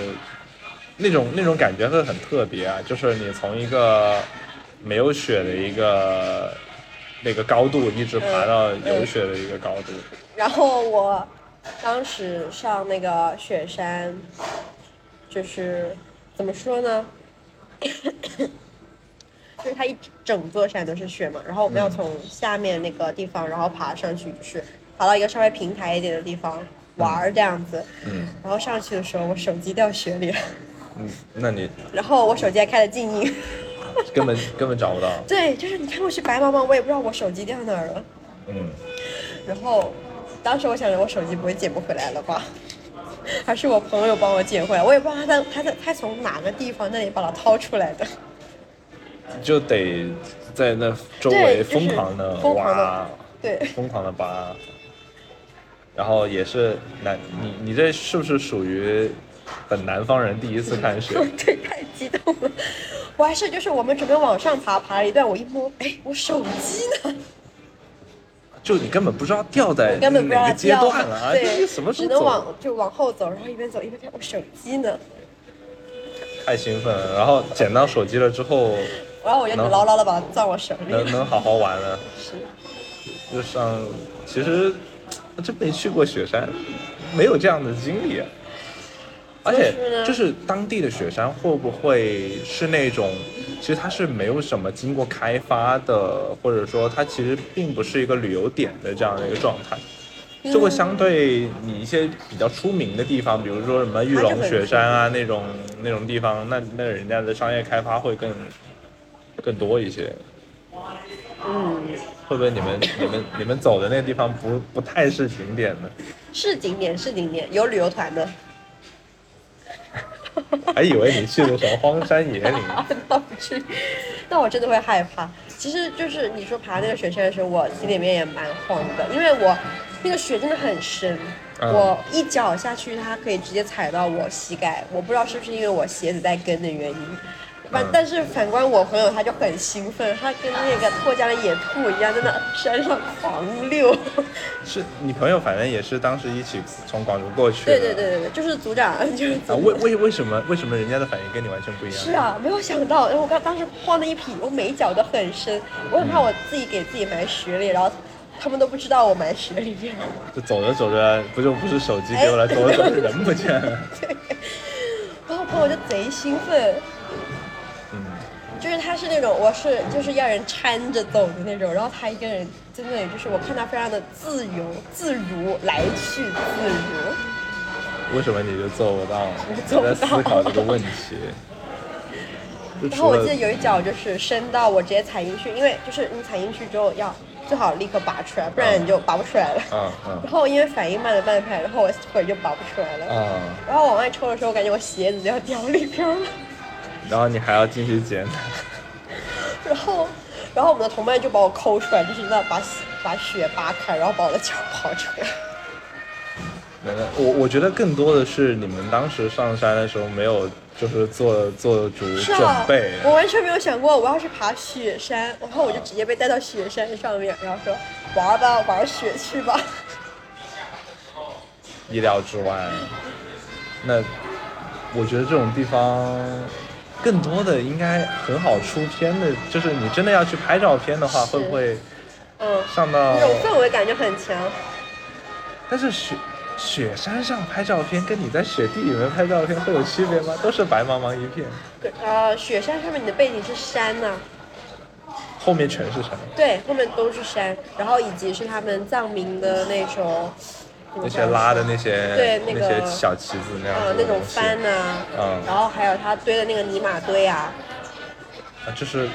S3: 那种那种感觉会很特别啊，就是你从一个没有雪的一个那个高度，一直爬到
S4: 嗯
S3: 有雪的一个高度，
S4: 然后我当时上那个雪山，就是怎么说呢？ [COUGHS] 就是它一整座山都是雪嘛，然后我们要从下面那个地方，然后爬上去，就是爬到一个稍微平台一点的地方玩儿这样子。
S3: 嗯
S4: 然后上去的时候，我手机掉雪里了，
S3: 嗯，那你
S4: 然后我手机还开了静音。 [LAUGHS]
S3: 根本根本找不到，
S4: 对，就是你看过去白茫茫，我也不知道我手机掉哪儿了。
S3: 嗯，
S4: 然后当时我想着我手机不会捡不回来了吧， [LAUGHS] 还是我朋友帮我捡回来，我也不知道他在他在他从哪个地方那里把它掏出来的。 [LAUGHS]
S3: 就得在那周围
S4: 对就是
S3: 疯狂的
S4: 疯狂地
S3: 挖，
S4: 对，
S3: 疯狂的拔，然后也是南，你你这是不是属于本南方人第一次看
S4: [LAUGHS]
S3: 雪？
S4: 对，太激动了。 [LAUGHS] 我还是就是我们准备往上爬，爬了一段，我一摸，哎，我手机呢？
S3: 就你根本不知道掉在
S4: 根本不知道
S3: 哪
S4: 它
S3: 个阶
S4: 掉
S3: 段
S4: 了
S3: 了啊，这
S4: [LAUGHS] 对，
S3: 是什么时候
S4: 只能
S3: 走
S4: 往就往后走，然后一边走一边看我手机呢，
S3: 太兴奋了，然后捡到手机了之后，
S4: 然后我就
S3: 能
S4: 牢牢的把它攥我手里
S3: 能
S4: 了。
S3: 能好好玩了。
S4: 是
S3: 就上，其实我真没去过雪山，没有这样的经历、啊。而且
S4: 就是呢
S3: 就是当地的雪山会不会是那种，其实它是没有什么经过开发的，或者说它其实并不是一个旅游点的这样的一个状态，就
S4: 嗯
S3: 会相对你一些比较出名的地方，比如说什么玉龙雪山啊
S4: 嗯
S3: 那种那种地方，那那人家的商业开发会更更多一些。
S4: 嗯，
S3: 会不会你们、你们、你们走的那个地方不不太是景点呢？
S4: 是景点是景点，有旅游团的。
S3: 还以为你去的什么荒山野
S4: [LAUGHS]
S3: 岭，
S4: 倒不至于，但我真的会害怕。其实就是你说爬那个雪山的时候，我心里面也蛮慌的，因为我那个雪真的很深，
S3: 嗯
S4: 我一脚下去，它可以直接踩到我膝盖。我不知道是不是因为我鞋子带跟的原因。反
S3: 嗯
S4: 但是反观我朋友，他就很兴奋，他跟那个唾家的野兔一样，在那山上狂溜。
S3: 是你朋友，反正也是当时一起从广州过去的。
S4: [LAUGHS] 对对对对对，就是组长，就是
S3: 啊，
S4: 组
S3: 为为为什么为什么人家的反应跟你完全不一样？
S4: 是啊，没有想到，然后我刚当时晃的一匹，我每一脚都很深，我很怕我自己给自己埋雪里，然后他们都不知道我埋雪里面。
S3: 就走着走着，不就不是手
S4: 哎
S3: 机丢了，走着走着人不见
S4: [LAUGHS]
S3: 了。
S4: 然后我朋友就贼兴奋，
S3: 嗯，
S4: 就是他是那种我是就是要人搀着走的那种，然后他一个人真的就是我看他非常的自由自如，来去自如。
S3: 为什么你就做不到？
S4: 我 [LAUGHS] 做不到
S3: 在思考这个问
S4: [LAUGHS]
S3: 题。就
S4: 然后
S3: 除
S4: 我
S3: 了
S4: 记得有一脚就是深到我直接踩进去，因为就是你踩进去之后要最好立刻拔出来，不然你就拔不出来了。
S3: 啊啊
S4: 然后因为反应慢了半拍，然后我腿就拔不出来了。
S3: 啊，
S4: 然后往外抽的时候，我感觉我鞋子就要掉里边了。
S3: 然后你还要进去捡，
S4: 然后，然后我们的同伴就把我抠出来，就是那把血把血扒开，然后把我的脚刨出来。
S3: [LAUGHS] 没了我我觉得更多的是你们当时上山的时候没有就是做做足
S4: 是
S3: 准
S4: 啊
S3: 备，，
S4: 我完全没有想过我要去爬雪山，然后我就直接被带到雪山上面，然后说玩吧，玩雪去吧。 [LAUGHS]
S3: 意料之外。那我觉得这种地方更多的应该很好出片的，就是你真的要去拍照片的话，
S4: 是
S3: 会不会
S4: 嗯，
S3: 上到
S4: 那？种氛围感就很强。
S3: 但是雪雪山上拍照片跟你在雪地里面拍照片会有区别吗？都是白茫茫一片，
S4: 呃，雪山上面你的背景是山呐、
S3: 后面全是山，
S4: 对，后面都是山，然后以及是他们藏民的那种怎么
S3: 那些
S4: 讲
S3: 拉的那些
S4: 对那个
S3: 些小旗子那样
S4: 啊、
S3: 子的
S4: 那种
S3: 东西
S4: 帆呐、
S3: 嗯
S4: 然后还有他堆的那个泥马堆啊，
S3: 啊，就是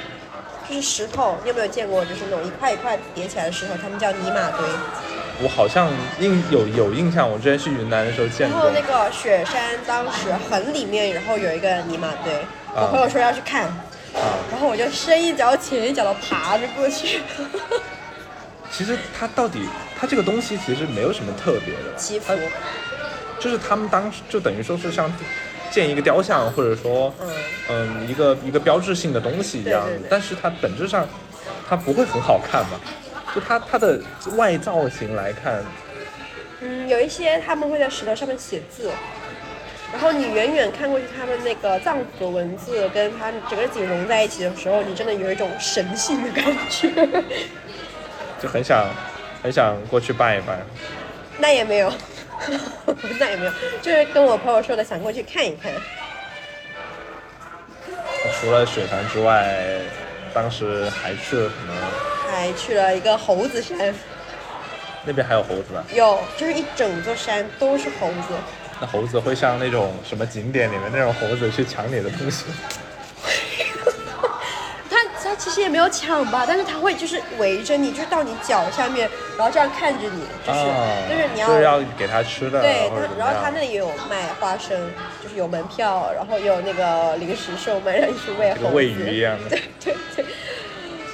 S4: 就是石头，你有没有见过？就是那种一块一块叠起来的石头，他们叫泥马堆。
S3: 我好像印有有印象，我之前去云南的时候见
S4: 然
S3: 过
S4: 后。那个雪山当时很里面，然后有一个泥马堆，我
S3: 啊
S4: 朋友说要去看，
S3: 啊，
S4: 然后我就深一脚浅一脚的爬着过去。
S3: 其实它到底它这个东西其实没有什么特别的吧，
S4: 祈福，
S3: 就是他们当时就等于说是像建一个雕像，或者说
S4: 嗯，
S3: 嗯一个一个标志性的东西一样，
S4: 对对对
S3: 但是它本质上它不会很好看嘛，就它它的外造型来看，
S4: 嗯，有一些他们会在石头上面写字，然后你远远看过去，他们那个藏族的文字跟它整个景融在一起的时候，你真的有一种神性的感觉。
S3: 就很想很想过去拜一拜。
S4: 那也没有， [LAUGHS] 那也没有，就是跟我朋友说的，想过去看一看。
S3: 除了雪山之外，当时还去了什么？
S4: 还去了一个猴子山，
S3: 那边还有猴子吧？
S4: 有，就是一整座山都是猴子，
S3: 那猴子会像那种什么景点里面那种猴子去抢你的东西？
S4: 它它其实也没有抢吧，但是它会就是围着你，就是到你脚下面，然后这样看着你，就是、
S3: 啊，
S4: 就是你
S3: [LAUGHS]
S4: 要
S3: 就是要给它吃的，
S4: 对
S3: 或者怎么
S4: 它，然后它
S3: 样
S4: 那里也有卖花生，就是有门票，然后也有那个零食售卖，让你去喂
S3: 这
S4: 猴
S3: 个
S4: 子。
S3: 喂鱼一样的。
S4: [LAUGHS] 对对。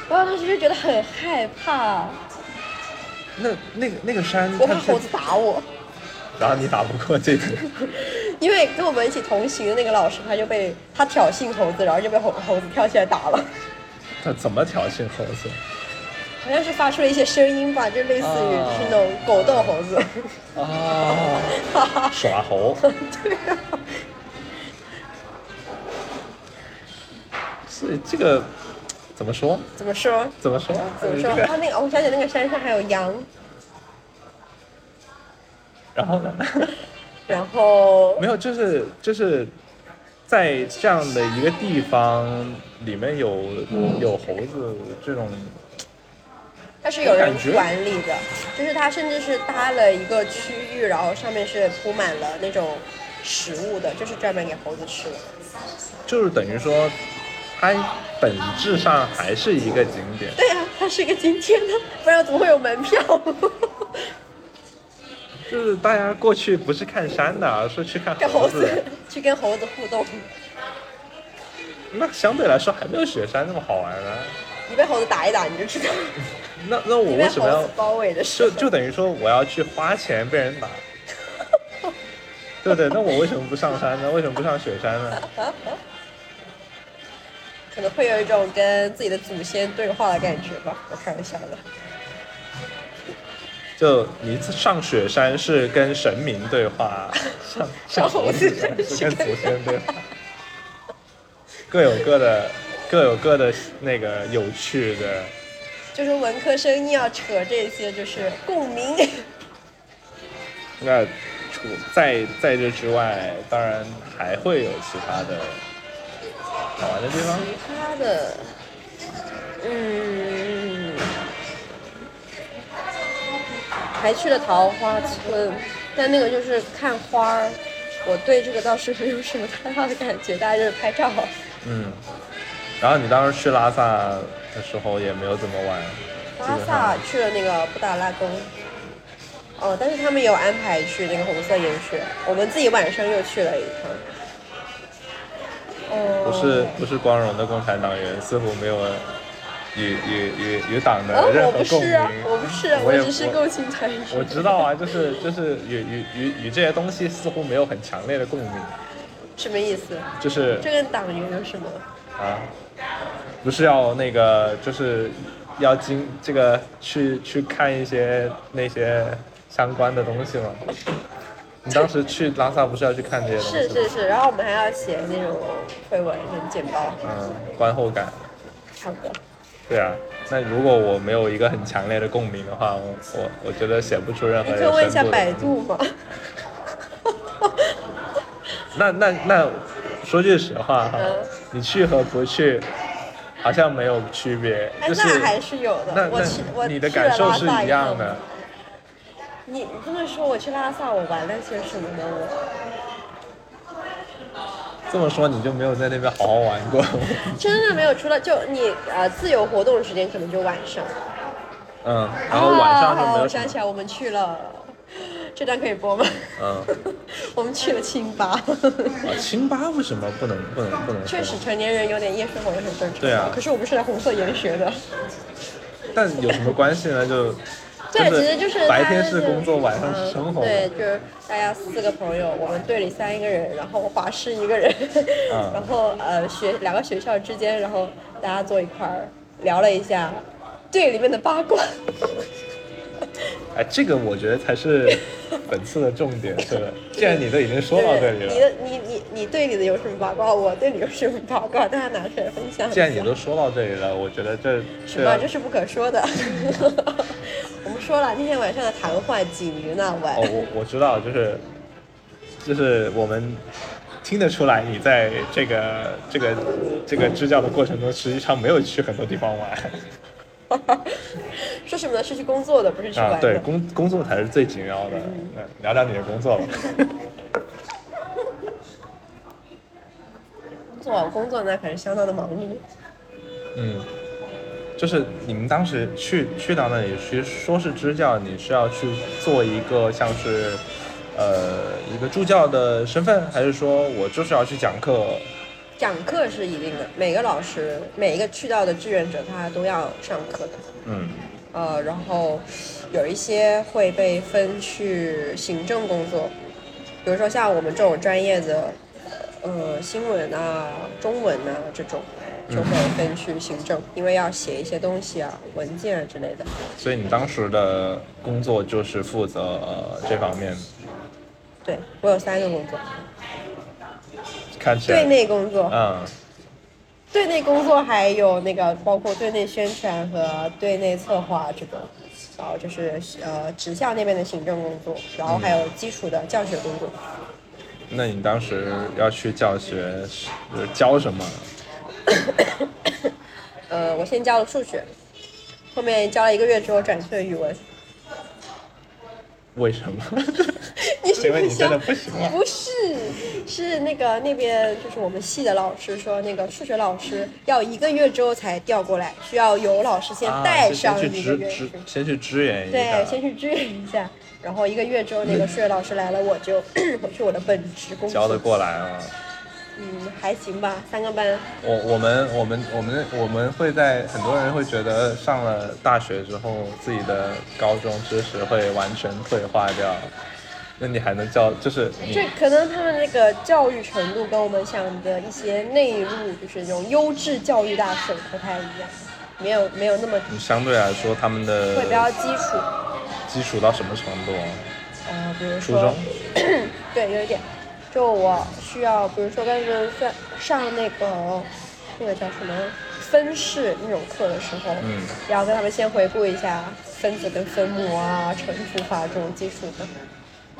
S4: 然后当时就觉得很害怕，
S3: 那那个那个山，
S4: 我
S3: 它
S4: 怕猴子，打我。
S3: 然后你打不过这个，
S4: 因为跟我们一起同行的那个老师，他就被他挑衅猴子，然后就被猴猴子跳起来打了，
S3: 它怎么挑衅猴子？
S4: 好像是发出了一些声音吧，就类似于
S3: 哦
S4: 是那种狗斗猴子，
S3: 啊，
S4: 哈哈，
S3: [LAUGHS] 耍猴。
S4: [LAUGHS] 对
S3: [LAUGHS]
S4: 啊，
S3: 是这个怎么说？
S4: 怎么说？
S3: 怎么说？
S4: 怎么说
S3: 这？个
S4: 他那个，我想起那个山上还有羊，
S3: 然后呢？ [LAUGHS]
S4: 然后
S3: 没有，就是就是在这样的一个地方里面有
S4: 嗯
S3: 有猴子这种，
S4: 它是有人
S3: 感觉
S4: 管理的，就是它甚至是搭了一个区域，然后上面是铺满了那种食物的，就是专门给猴子吃的。
S3: 就是等于说它本质上还是一个景点。
S4: 对啊，它是一个今天的，不然怎么会有门票？ [LAUGHS]
S3: 就是大家过去不是看山的，而是去看
S4: 跟
S3: 猴
S4: 猴
S3: 子
S4: 子。去跟猴子互动，
S3: [LAUGHS] 那相对来说还没有雪山那么好玩呢、
S4: 你被猴子打一打你就知道，
S3: 那那我
S4: [LAUGHS] 你被
S3: 为什么
S4: 猴
S3: 要
S4: 子包围的时
S3: 就
S4: 候，
S3: 就等于说我要去花钱被 [LAUGHS] 人打，对不对？那我为什么不上山呢？为什么不上雪山呢？
S4: 可能会有一种跟自己的祖先对话的感觉吧。我开玩笑的，
S3: 就你上雪山是跟神明对话，上上猴子山是跟祖先对话，各有各的各有各的那个有趣的。
S4: 就是文科生硬要扯这些，就是共鸣。
S3: 那除在在这之外，当然还会有其他的好玩的地方。
S4: 其他的， [LAUGHS] 嗯，还去了桃花村，但那个就是看花儿。我对这个倒是没有什么太大的感觉，大家就是拍照。
S3: 嗯，然后你当时去拉萨的时候也没有怎么玩，
S4: 拉
S3: 基本
S4: 萨
S3: 上
S4: 去了那个布达拉宫，哦，但是他们有安排去那个红色岩穴，我们自己晚上又去了一趟。哦，
S3: 不是不是光荣的共产党员，似乎没有与与与与党
S4: 哦
S3: 的，任
S4: 我
S3: 何
S4: 不
S3: 共
S4: 是
S3: 鸣。
S4: 啊，我不是啊，
S3: 我
S4: 我
S3: 也
S4: 只是
S3: 我
S4: 共情团员。
S3: 我知道啊，就是就是与与与与这些东西似乎没有很强烈的共鸣，
S4: 什么意思？
S3: 就是
S4: 这跟党员有什么？
S3: 啊，不是要那个，就是要经这个去去看一些那些相关的东西吗？你当时去拉萨不是要去看这些东西
S4: 是
S3: 吗？
S4: 是是，然后我们还要写那种推文跟简报，
S3: 嗯，观后感。
S4: 差不多。
S3: 对啊，那如果我没有一个很强烈的共鸣的话，我我我觉得写不出任何有
S4: 你可以问一下
S3: 深度的
S4: 百
S3: 东西
S4: 度
S3: [LAUGHS]
S4: 吗？
S3: 那那那，说句实话哈
S4: 嗯，
S3: 你去和不去，好像没有区别，
S4: 哎，
S3: 就是
S4: 那还是有
S3: 那
S4: 的。我去，我
S3: 那你的
S4: 去
S3: 感
S4: 了
S3: 受
S4: 拉
S3: 是
S4: 萨
S3: 一
S4: 以
S3: 样
S4: 后，
S3: 的。
S4: 你这么说，我去拉萨，我玩了些什么呢？我
S3: 这么说你就没有在那边好好玩
S4: [LAUGHS]
S3: 过？
S4: 真的没有，除了就你呃自由活动的时间可能就晚上，
S3: 嗯，然后晚上就
S4: 啊
S3: 没有
S4: 我
S3: 什
S4: 想
S3: 么。
S4: 起来，我们去了，这段可以播吗？ [LAUGHS]
S3: 嗯，
S4: 我们去了清吧， [LAUGHS]
S3: 啊，清吧为什么不能不能不能？
S4: 确实，成年人有点夜生活也很正常。
S3: 对啊
S4: 可是我们是来红色研学的，
S3: 但有什么关系呢？就
S4: 对，
S3: 真的
S4: 其实就是
S3: 白天
S4: 大家
S3: 是
S4: 就
S3: 工作，晚上是
S4: 嗯
S3: 生活。
S4: 对，就是大家四个朋友，我们队里三个人，然后华师一个人，
S3: 嗯
S4: [LAUGHS] 然后呃学两个学校之间，然后大家坐一块儿聊了一下队里面的八卦。
S3: 哎，这个我觉得才是
S4: [LAUGHS]
S3: 本次的重点，对吧？既然你都已经说到这里
S4: 对，你
S3: 了，
S4: 的你你你队里的有什么八卦？我队里有什么八卦？大家拿出来分享一下。
S3: 既然你都说到这里了，我觉得这啊
S4: 什么？
S3: 这
S4: 这是不可说的。 [LAUGHS] 我们说了，那天晚上的谈话仅于那晚。
S3: 哦，我我知道，就是就是我们听得出来，你在这个这个这个支教的过程中，实际上没有去很多地方玩
S4: 说什么呢？是去工作的，不是去玩的。
S3: 啊。对，工工作才是最紧要的。嗯，聊聊你的工作吧。
S4: 做完工作那可是相当的忙碌。
S3: 嗯，就是你们当时去去到那里，其实说是支教，你是要去做一个像是，呃，一个助教的身份，还是说我就是要去讲课？
S4: 讲课是一定的，每个老师、每一个去到的志愿者他都要上课的。
S3: 嗯
S4: 呃，然后有一些会被分去行政工作，比如说像我们这种专业的，呃，新闻啊、中文啊这种，就会分去行政，因为要写一些东西啊、文件啊之类的。
S3: 所以你当时的工作就是负责、呃这方面，
S4: 对我有三个工作，
S3: 看起来
S4: 对，内工作，
S3: 嗯，
S4: 对内工作还有那个包括对内宣传和对内策划这种，然后就是呃直校那边的行政工作，然后还有基础的教学工作。 [COUGHS]
S3: 那你当时要去教学是教什么？
S4: 呃，我先教了数学，后面教了一个月之后转去了语文。 [LAUGHS]
S3: 为什么？
S4: 你是
S3: 因为
S4: 不
S3: 你真的
S4: 想？
S3: 不行了。
S4: 不是，是那个那边就是我们系的老师说，那个数学老师要一个月之后才调过来，需要有老师先
S3: 啊
S4: 带
S3: 先
S4: 上
S3: 先去
S4: 一个
S3: 支
S4: 月。
S3: 支，先去支援一
S4: 对，
S3: 下。
S4: 先去支援一下，然后一个月之后
S3: [LAUGHS]
S4: 那个数学老师来了，我就 [CLEARS THROAT] 回去我的本职工作。
S3: 教得过来啊！
S4: 嗯，还行吧，三个班。
S3: 我我们我们我们我们会在很多人会觉得上了大学之后，自己的高中知识会完全退化掉，那你还能教就是你
S4: 这可能他们那个教育程度跟我们想的一些内陆，就是那种优质教育大省不太一样，没有没有那么
S3: 你相对来说他们的
S4: 会比较基础。
S3: 基础到什么程度？啊
S4: 呃，比如
S3: 初
S4: 说
S3: 中，
S4: 对，有一点，就我需要，比如说跟人算上那个那个叫什么分式那种课的时候，
S3: 嗯，
S4: 然后跟他们先回顾一下分子跟分母啊、乘除法这种基础的。
S3: 嗯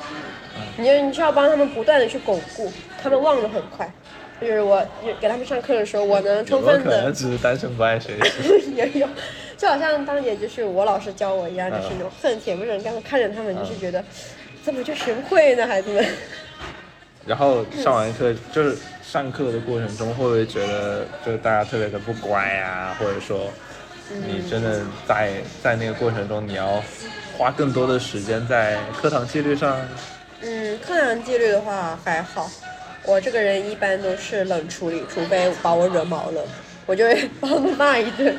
S4: 你就你需要帮他们不断的去巩固，他们忘得很快。就是我给他们上课的时候，我能
S3: 有
S4: 充
S3: 没有
S4: 分
S3: 可
S4: 的
S3: 能只是单纯不爱
S4: [LAUGHS]
S3: 学习？
S4: 也有，就好像当年就是我老师教我一样，就是那种恨铁不成钢，看着他们
S3: 嗯
S4: 就是觉得，怎么就学不会呢，孩子们？
S3: 然后上完课就是上课的过程中，会不会觉得就是大家特别的不乖呀、或者说
S4: 嗯
S3: 你真的在在那个过程中，你要花更多的时间在课堂纪律上？
S4: 嗯，课堂纪律的话还好，我这个人一般都是冷处理，除非把我惹毛了，我就会把他们骂一顿。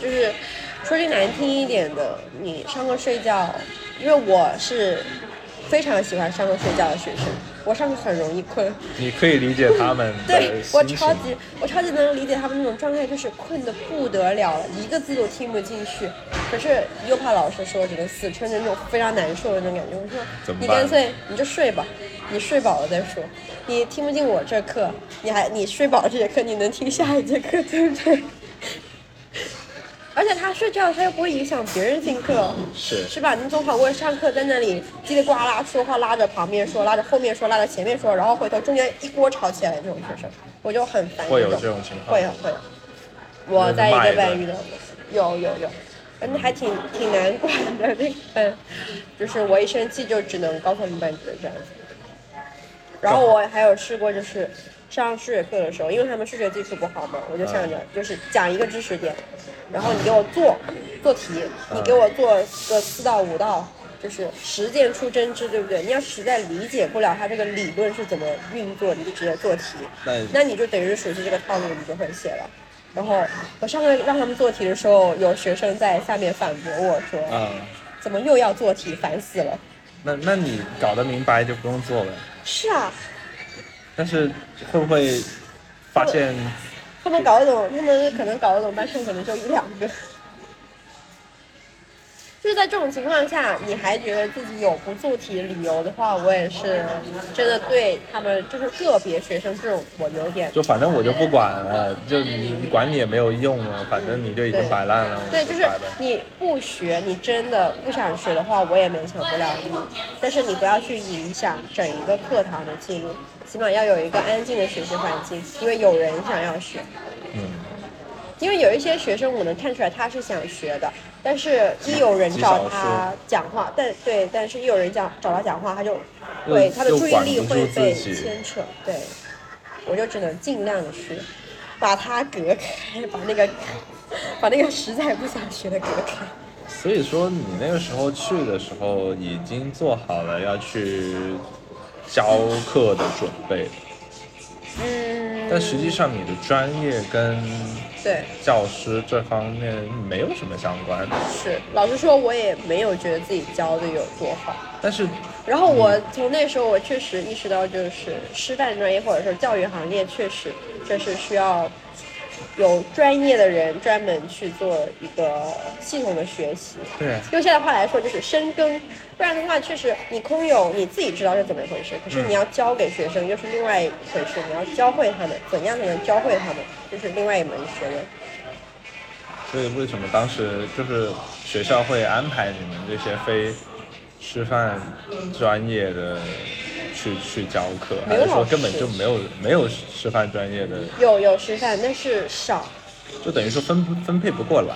S4: 就是说句难听一点的，你上课睡觉，因为我是非常喜欢上课睡觉的学生，我上课很容易困，
S3: 你可以理解他们的
S4: 对我
S3: 心
S4: 超
S3: 情。啊
S4: 级我超级能理解他们那种状态，就是困得不得了了，一个字都听不进去，可是又怕老师说，只能死撑着那种非常难受的那种感觉。我
S3: 怎
S4: 说
S3: 么
S4: 你
S3: 办
S4: 干脆你就睡吧，你睡饱了再说。你听不进我这课，你还你睡饱了这节课，你能听下一节课，对不对？ [LAUGHS] 而且他睡觉，他又不会影响别人听课。哦
S3: 是
S4: 是吧？你总好过上课在那里叽里呱啦说话，拉着旁边说，拉着后面说，拉着前面说，然后回头中间一锅吵起来这种学生，我就很烦。
S3: 会有这种情况
S4: 会有会有。我在一
S3: 骂
S4: 个
S3: 一
S4: 班
S3: 顿
S4: 遇到过，有有有，嗯，还挺挺难管的那个班，就是我一生气就只能高三班主任这样子。然后我还有试过，就是上数学课的时候，因为他们数学基础不好嘛，我就
S3: 嗯
S4: 想着就是讲一个知识点，然后你给我做做题，你给我做个四到五道，就是实践出真知，对不对？你要实在理解不了它这个理论是怎么运作，你就直接做题，
S3: 那
S4: 那你就等于是熟悉这个套路，你就会写了。然后我上个让他们做题的时候，有学生在下面反驳我说
S3: 啊、：“
S4: 怎么又要做题，烦死了。
S3: 那那你搞得明白就不用做了。”
S4: 是啊，
S3: 但是会不会发现
S4: 他们搞得懂，他们可能搞得懂，班上可能就一两个。 [LAUGHS] 就是在这种情况下，你还觉得自己有不做题的理由的话，我也是真的对他们，就是个别学生这种，我有点
S3: 就反正我就不管了，就你你管你也没有用了，反正你就已经摆烂了，
S4: 对，
S3: 我
S4: 就是
S3: 摆呗。
S4: 你不学，你真的不想学的话，我也勉强不了你。但是你不要去影响整一个课堂的记录，起码要有一个安静的学习环境，因为有人想要学。
S3: 嗯，
S4: 因为有一些学生，我能看出来他是想学的，但是一有人
S3: 极
S4: 找
S3: 少
S4: 他讲话，但对，但是一有人讲找他讲话，他就
S3: 又
S4: 会他的
S3: 又
S4: 注意
S3: 管
S4: 力
S3: 不
S4: 会
S3: 住
S4: 被
S3: 自己
S4: 牵扯。对，我就只能尽量的学，把它隔开，把那个把那个实在不想学的隔开。
S3: 所以说你那个时候去的时候已经做好了要去教课的准备，
S4: 嗯，
S3: 但实际上你的专业跟
S4: 对
S3: 教师这方面没有什么相关，
S4: 是，老实说，我也没有觉得自己教的有多好。
S3: 但是
S4: 然后我从那时候，我确实意识到，就是师范专业或者说教育行业，确实这是需要有专业的人专门去做一个系统的学习。
S3: 对啊
S4: 用现在话来说，就是深耕，不然的话，确实你空有你自己知道是怎么一回事，可是
S3: 嗯
S4: 你要教给学生又是另外一回事，你要教会他们怎样才能教会他们，就是另外一门学问。
S3: 所以为什么当时就是学校会安排你们这些非师范专业的去去教课，还
S4: 没有
S3: 是说
S4: 老师
S3: 根本就没有没有师范专业的，
S4: 有有师范，但是少。
S3: 就等于说分分配不过来。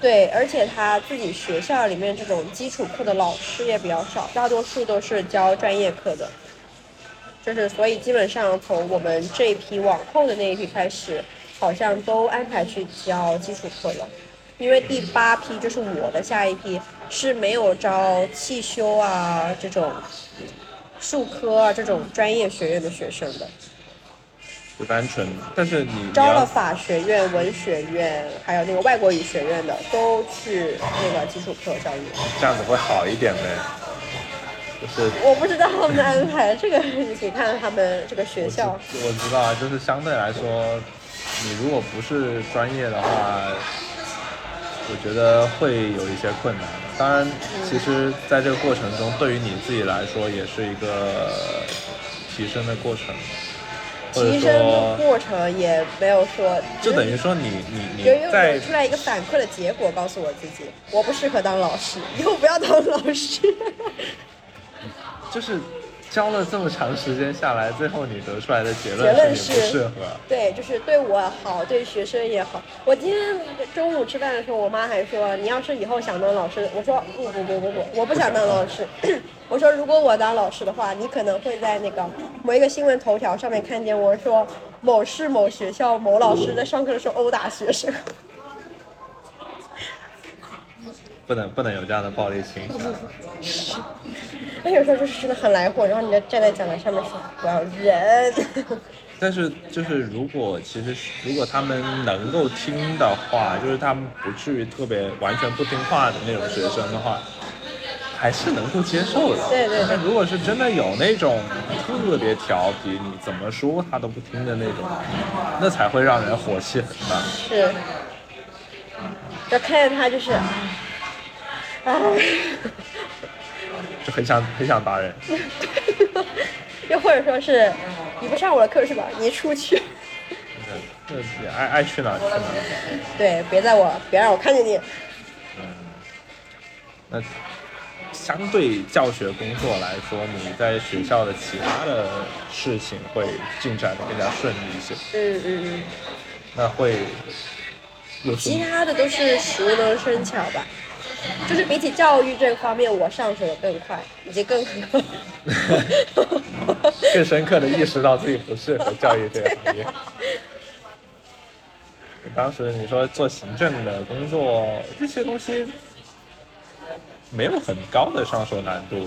S4: 对，而且他自己学校里面这种基础课的老师也比较少，大多数都是教专业课的。就是所以基本上从我们这一批往后的那一批开始，好像都安排去教基础课了。因为第八批就是我的下一批是没有招汽修啊这种术科啊这种专业学院的学生的，
S3: 就单纯，但是你你
S4: 招了
S3: 要
S4: 法学院、文学院，还有那个外国语学院的，都去那个基础课教育。
S3: 这样子会好一点呗，就是
S4: 我不知道他们的安排，这个你可以看看他们这个学
S3: 我知
S4: 校。
S3: 我知道，啊就是相对来说，你如果不是专业的话，我觉得会有一些困难。当然，其实在这个过程中，对于你自己来说，也是一个提升的过程，或者
S4: 提升的
S3: 说，
S4: 过程也没有说，
S3: 就等于说你你你
S4: 有有
S3: 在
S4: 有出来一个反馈的结果，告诉我自己，我不适合当老师，以后不要当老师。
S3: 就是教了这么长时间下来，最后你得出来的结
S4: 结论
S3: 论是你
S4: 是
S3: 不适合。
S4: 对，就是对我好，对学生也好。我今天中午吃饭的时候，我妈还说，你要是以后想当老师，我说不不不不不，我不想当老师。我说如果我当老师的话，你可能会在那个某一个新闻头条上面看见我说某市某学校某老师在上课的时候殴打学生。 [LAUGHS]
S3: 不能不能有这样的暴力倾向，
S4: 那有时候就是真的很来火，然后你就站在讲台上面说我要忍。
S3: 但是就是如果其实如果他们能够听的话，就是他们不至于特别完全不听话的那种学生的话，还是能够接受的。
S4: 对对对
S3: 但如果是真的有那种特别调皮，你怎么说他都不听的那种，那才会让人火气很大。
S4: [LAUGHS] 是，要看见他就是，哎。
S3: 就很想很想打人。
S4: 又或者说是你不上我的课是吧？你出去，
S3: 对就是爱爱去哪儿去哪儿。
S4: [LAUGHS] 对，别在我，别让我看见你。
S3: 那相对教学工作来说，你在学校的其他的事情会进展的更加顺利一些。
S4: 嗯嗯嗯，
S3: 那会有什
S4: 其
S3: 么？
S4: 他的都是熟能生巧吧。就是比起教育这方面，我上手的更快，以及更
S3: 更深刻的意识到自己不适合教育这个行业。 [LAUGHS] 当时你说做行政的工作，这些东西没有很高的上手难度，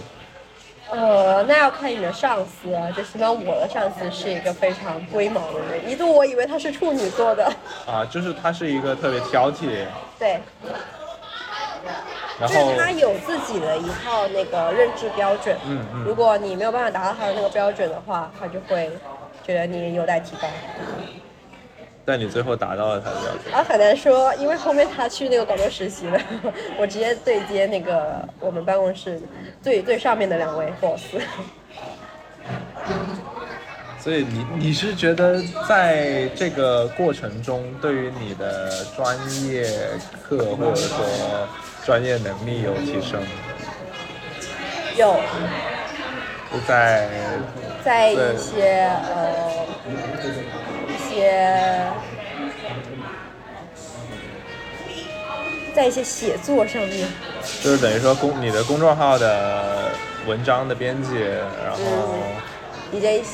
S4: [LAUGHS] 呃，那要看你的上司啊，就起码我的上司是一个非常龟毛的人，一度我以为他是处女座的，
S3: 啊，就是他是一个特别挑剔，
S4: 对，
S3: 然
S4: 就
S3: 后
S4: 是他有自己的一套那个认知标准，
S3: 嗯嗯
S4: 如果你没有办法达到他的那个标准的话，他就会觉得你有待提高。
S3: 但你最后达到了他的标准。
S4: 啊，很难说，因为后面他去那个广州实习了， [LAUGHS] 我直接对接那个我们办公室最最上面的两位 boss。 [LAUGHS]
S3: 所以你你是觉得在这个过程中，对于你的专业课或者说专业能力有提升，
S4: 有
S3: 就在
S4: 在
S3: 对
S4: 一些呃一些在一些写作上面，
S3: 就是等于说公你的公众号的文章的编辑，然后
S4: 以及以及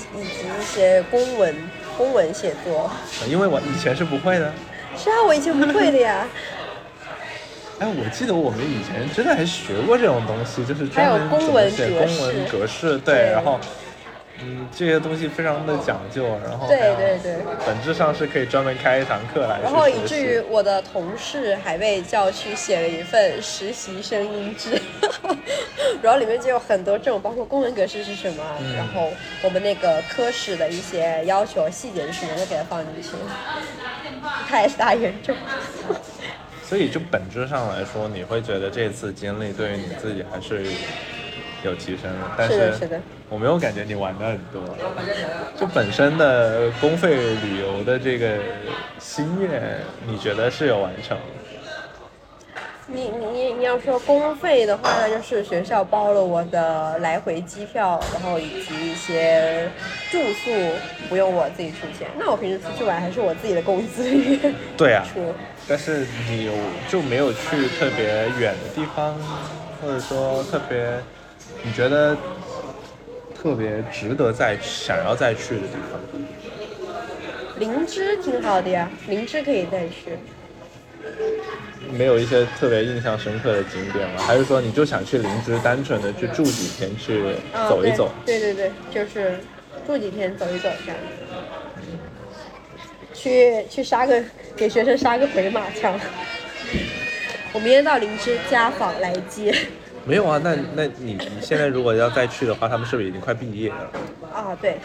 S4: 一些公文公文写作，
S3: 呃因为我以前是不会的，
S4: 是啊，我以前不会的呀。
S3: 哎，我记得我们以前真的还学过这种东西，就是
S4: 还有
S3: 专门怎
S4: 公
S3: 么
S4: 文
S3: 写公
S4: 格
S3: 文
S4: 式
S3: 格式，
S4: 对
S3: 对，然后嗯这些东西非常的讲究，然后
S4: 对
S3: 还有
S4: 对对
S3: 本质上是可以专门开一堂课来去
S4: 然后
S3: 学
S4: 以至
S3: 习
S4: 于我的同事还被叫去写了一份实习生音质， [LAUGHS] 然后里面就有很多这种，包括公文格式是什么，然后我们那个科室的一些要求细节是什么，都给它放进去，太大严重。
S3: 所以就本质上来说，你会觉得这次经历对于你自己还是有提升的，但
S4: 是的是的
S3: 我没有感觉你玩的很多，就本身的公费旅游的这个心愿，你觉得是有完成的？
S4: 你你你你要说公费的话，那就是学校包了我的来回机票，然后以及一些住宿不用我自己出钱。那我平时出去玩还是我自己的工资 [LAUGHS]
S3: 对啊，
S4: 出。
S3: 但是你有就没有去特别远的地方，或者说特别你觉得特别值得再想要再去的地方？
S4: 灵芝挺好的呀，灵芝可以再去。
S3: 没有一些特别印象深刻的景点吗？还是说你就想去灵芝，单纯的去住几天，去
S4: 啊
S3: 走一走？
S4: 对。对对对，就是住几天走一走这样子。去去杀个给学生杀个回马枪。我明天到灵芝家访来接。
S3: 没有啊，那那你你现在如果要再去的话，他们是不是已经快毕业了？
S4: 啊，对，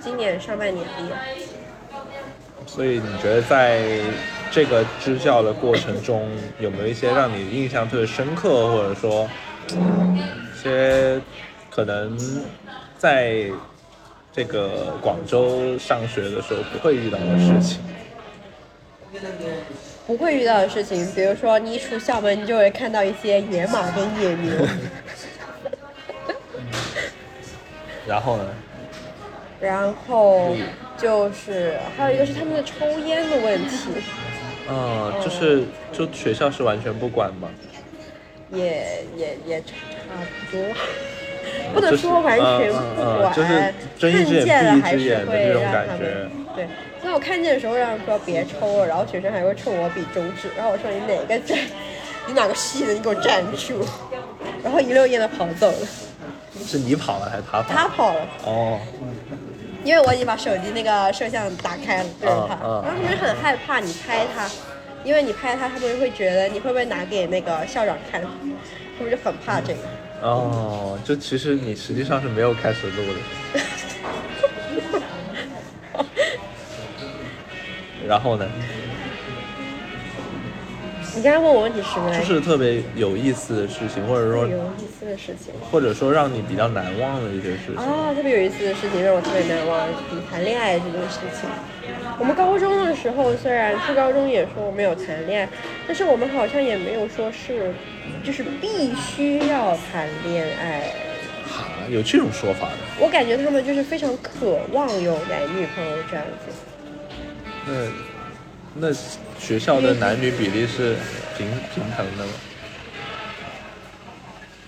S4: 今年上半年毕业。
S3: 所以你觉得在这个支教的过程中，有没有一些让你印象特别深刻，或者说嗯一些可能在这个广州上学的时候不会遇到的事情？
S4: 不会遇到的事情，比如说你一出校门，你就会看到一些野马跟野牛，
S3: [LAUGHS] 然后呢？
S4: 然后就是还有一个是他们的抽烟的问题，
S3: 嗯，就是就学校是完全不管嘛，
S4: 也也也差不多，不能说完全不管，
S3: 就是嗯嗯嗯就是睁一只眼
S4: 看见了还
S3: 闭一只
S4: 是
S3: 眼的
S4: 会
S3: 这种
S4: 让
S3: 感
S4: 他们
S3: 觉
S4: 对，所以我看见的时候让人说别抽了，然后学生还会冲我比中指，然后我说你哪个 [LAUGHS] 站，你哪个系的，你给我站住， [LAUGHS] 然后一溜烟的跑走了，
S3: 是你跑了还是他跑？
S4: 他跑了。
S3: 哦，
S4: 因为我已经把手机那个摄像打开了，对着他，
S3: 嗯嗯
S4: 然后他们就很害怕你拍他，因为你拍他，他们会觉得你会不会拿给那个校长看，他们就很怕这个。
S3: 哦，就其实你实际上是没有开始录
S4: [LAUGHS]
S3: 的。然后呢，
S4: 你刚才问我问题是什么来
S3: 就
S4: 着？
S3: 是特别有意思的事情，或者
S4: 特别
S3: 说
S4: 有意思的事情
S3: 或者说让你比较难忘的一些事情。
S4: 啊，特别有意思的事情让我特别难忘，比谈恋爱这件事情。我们高中的时候，虽然初高中也说我们有谈恋爱，但是我们好像也没有说是，就是必须要谈恋爱。
S3: 啊有这种说法的？
S4: 我感觉他们就是非常渴望有男女朋友这样子，
S3: 那那学校的男女比例是平平衡的吗？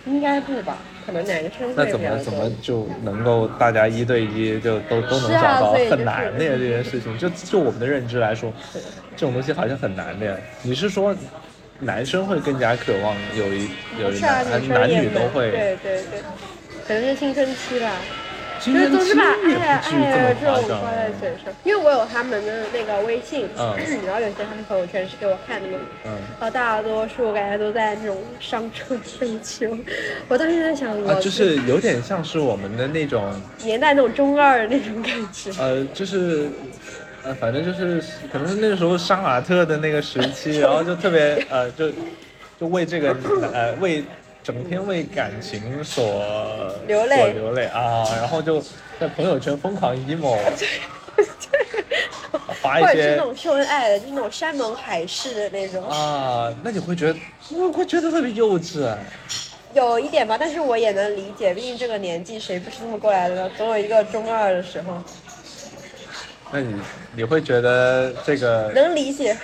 S4: 应该不吧？可能男生
S3: 那
S4: 会
S3: 怎
S4: 比较
S3: 么
S4: 多
S3: 怎么就能够大家一对一就都都能
S4: 是啊
S3: 找到？
S4: 所以就是
S3: 很难的呀，这件事情。就就我们的认知来说，这种东西好像很难的呀。你是说男生会更加渴望有一有
S4: 不
S3: 一
S4: 是啊，
S3: 男
S4: 女生
S3: 男
S4: 也
S3: 女都
S4: 没
S3: 会？
S4: 对对对，可能是青春期吧，
S3: 青
S4: 就是
S3: 春
S4: 总
S3: 期
S4: 是把爱
S3: 也
S4: 呀
S3: 不至
S4: 爱
S3: 于
S4: 呀
S3: 这
S4: 这种
S3: 么
S4: 挂在
S3: 夸张啊
S4: 嘴。上。因为我有他们的那个微信，
S3: 嗯
S4: [CLEARS THROAT] 然后有些他们朋友圈是给我看的嘛，
S3: 嗯，
S4: 然后大多数感觉都在那种伤春悲秋。我当时在想，我、
S3: 啊，就是有点像是我们的那种，
S4: 年代那种中二的那种感觉。
S3: 呃，就是，呃，反正就是，可能是那时候杀马特的那个时期，然后就特别，呃，就就为这个，呃，为整天为感情所
S4: 流泪
S3: 所流泪啊，然后就在朋友圈疯狂
S4: [LAUGHS]
S3: emo，发
S4: 或
S3: 一
S4: 者是
S3: 些
S4: 那种秀恩爱的，就是那种山盟海誓的那种，
S3: 啊，那你会觉得，我会觉得特别幼稚啊。
S4: 有一点吧，但是我也能理解，毕竟这个年纪谁不是这么过来的呢？总有一个中二的时候，
S3: 那你你会觉得这个
S4: 能理解。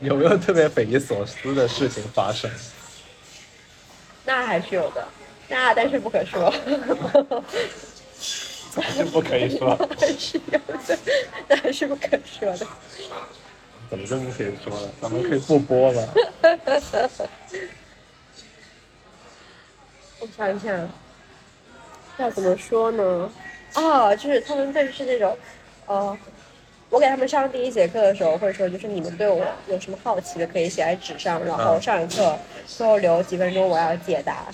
S3: 有没有特别匪夷所思的事情发生？ [LAUGHS]
S4: 那还是有的，那但是不可说， [LAUGHS]
S3: 就不可以说，
S4: 还是有的，那还是不可说的。
S3: 怎么就不可以说了？咱们可以不播了。
S4: 我想一想，要怎么说呢？哦，就是他们会是那种，呃，我给他们上第一节课的时候会说，就是你们对我有什么好奇的可以写在纸上，然后上一课最后留几分钟我要解答。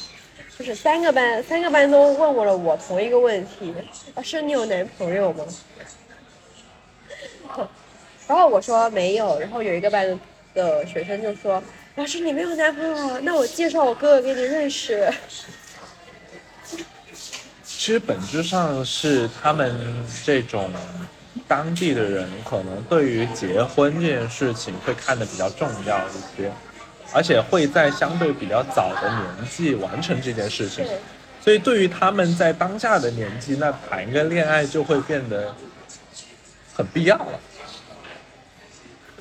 S4: 就是三个班，三个班都问过了我同一个问题，老师你有男朋友吗？ [LAUGHS] 然后我说没有，然后有一个班的学生就说，老师你没有男朋友啊，那我介绍我哥哥给你认识。
S3: 其实本质上是他们这种当地的人，可能对于结婚这件事情会看得比较重要一些，而且会在相对比较早的年纪完成这件事情。
S4: 对，
S3: 所以对于他们在当下的年纪，那谈个恋爱就会变得很必要了。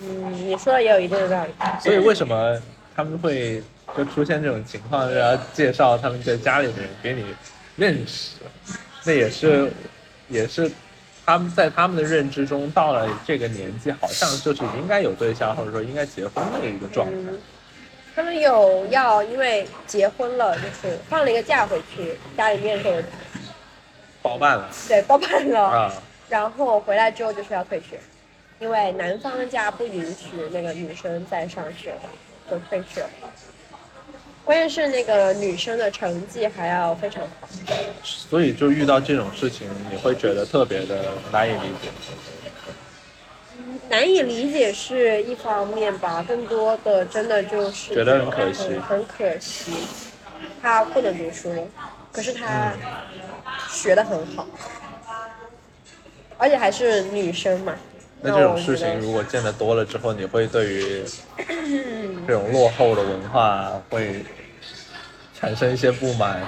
S4: 嗯，你说的也有一定的道理。
S3: 所以为什么他们会就出现这种情况，然后介绍他们的家里人给你认识？那也是，也是他们在他们的认知中，到了这个年纪，好像就是应该有对象，或者说应该结婚的一个状态。
S4: 嗯，他们有要因为结婚了，就是放了一个假回去，家里面给我
S3: 包办了
S4: 对包办了，
S3: 啊，
S4: 然后回来之后就是要退学，因为男方家不允许那个女生再上学了，就退学了。关键是那个女生的成绩还要非常好，
S3: 所以就遇到这种事情，你会觉得特别的难以理解。
S4: 难以理解是一方面吧，更多的真的就是
S3: 觉得很可惜
S4: 很可惜，他不能读书了，可是他学的很好，而且还是女生嘛。
S3: 那这种
S4: 我
S3: 事
S4: 觉得
S3: 情如果见得多了之后，你会对于这种落后的文化会产生一些不满。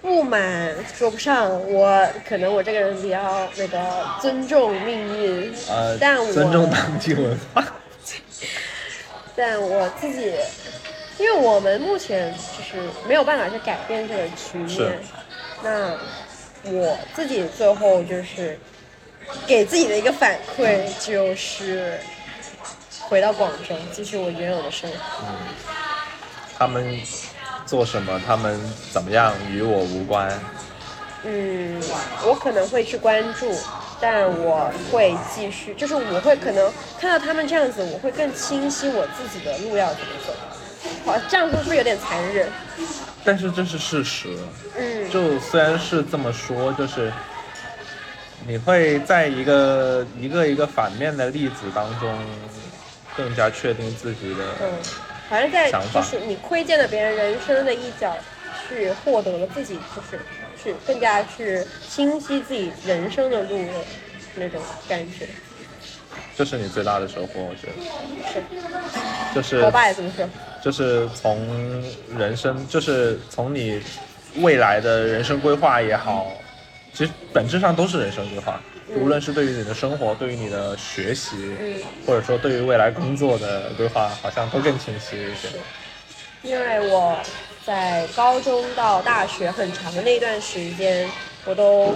S4: 不满说不上，我可能我这个人比较那个尊重命运，
S3: 呃，
S4: 但我
S3: 尊重当地文化。
S4: 但我自己，因为我们目前就是没有办法去改变这个局
S3: 是
S4: 面，那我自己最后就是给自己的一个反馈就是回到广州，继续我原有的生活。
S3: 他们做什么，他们怎么样，与我无关。
S4: 嗯，我可能会去关注，但我会继续，就是我会可能看到他们这样子，我会更清晰我自己的路要怎么走。好，这样说是不是有点残忍？
S3: 但是这是事实，
S4: 嗯，
S3: 就虽然是这么说，就是你会在一个一个一个反面的例子当中，更加确定自己的。
S4: 嗯，反正在
S3: 想
S4: 就
S3: 法
S4: 是你窥见了别人人生的一角，去获得了自己就是去更加去清晰自己人生的路的那种感觉。
S3: 这是你最大的收获，我觉
S4: 是
S3: 得。就是
S4: 我爸也这么说。
S3: 就是从人生，就是从你未来的人生规划也好，其实本质上都是人生规划，
S4: 嗯
S3: 无论是对于你的生活，对于你的学习，
S4: 嗯，
S3: 或者说对于未来工作的规划，好像都更清晰一些。
S4: 因为我在高中到大学很长的那段时间，我都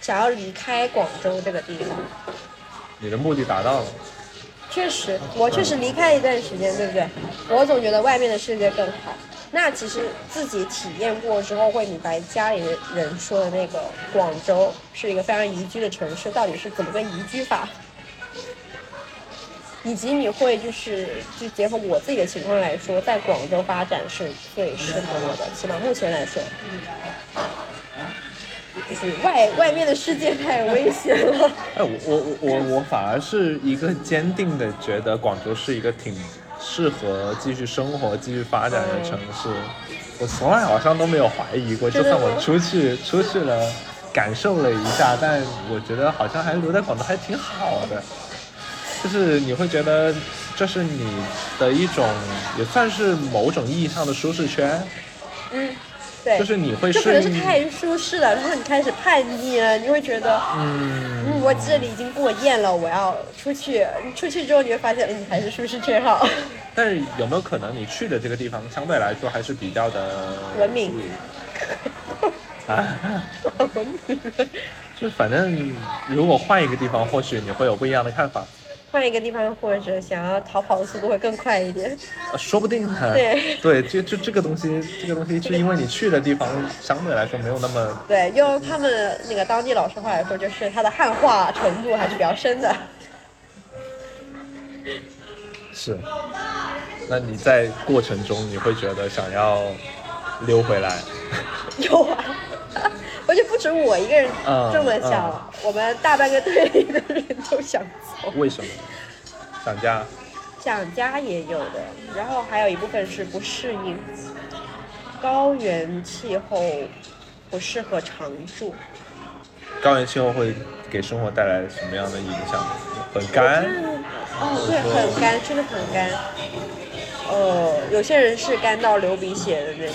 S4: 想要离开广州这个地方。
S3: 你的目的达到了，
S4: 确实，我确实离开了一段时间，对不对？我总觉得外面的世界更好，那其实自己体验过之后，会明白家里人人说的那个广州是一个非常宜居的城市，到底是怎么个宜居法。以及你会就是就结合我自己的情况来说，在广州发展是最适合我的，起码目前来说。就是外外面的世界太危险了，
S3: 哎，我我我我我反而是一个坚定的觉得广州是一个挺适合继续生活、继续发展的城市。我从来好像都没有怀疑过，就
S4: 真的
S3: 算
S4: 吗
S3: 我出去出去了，感受了一下，但我觉得好像还留在广州还挺好的。就是你会觉得这是你的一种，也算是某种意义上的舒适圈，
S4: 嗯，对，
S3: 就是你会
S4: 就可能
S3: 适
S4: 是
S3: 应，
S4: 太舒适了，然后你开始叛逆了，你会觉得，
S3: 嗯，
S4: 嗯，我这里已经过厌了，我要出去。你出去之后，你会发现，嗯，还是舒适圈好。 [LAUGHS]
S3: 但是有没有可能你去的这个地方相对来说还是比较的
S4: 文明
S3: 啊？
S4: [LAUGHS]
S3: 就反正如果换一个地方，或许你会有不一样的看法，
S4: 换一个地方，或者想要逃跑的速度会更快一点。
S3: 呃说不定呢。
S4: 对
S3: [LAUGHS] 对，就就这个东西，这个东西是因为你去的地方相对来说没有那么
S4: 对，用他们那个当地老师话来说，就是他的汉化程度还是比较深的。 [LAUGHS]
S3: 是。那你在过程中，你会觉得想要溜回来，
S4: 有啊， [LAUGHS] 而且不止我一个人
S3: 嗯
S4: 这么想，我们大半个队里的人都想走。
S3: 为什么？想家？
S4: 想家也有的，然后还有一部分是不适应高原气候，不适合常住。
S3: 高原气候会给生活带来什么样的影响？很干。
S4: 哦，对，很干，真的很干。呃，有些人是干到流鼻血的那种。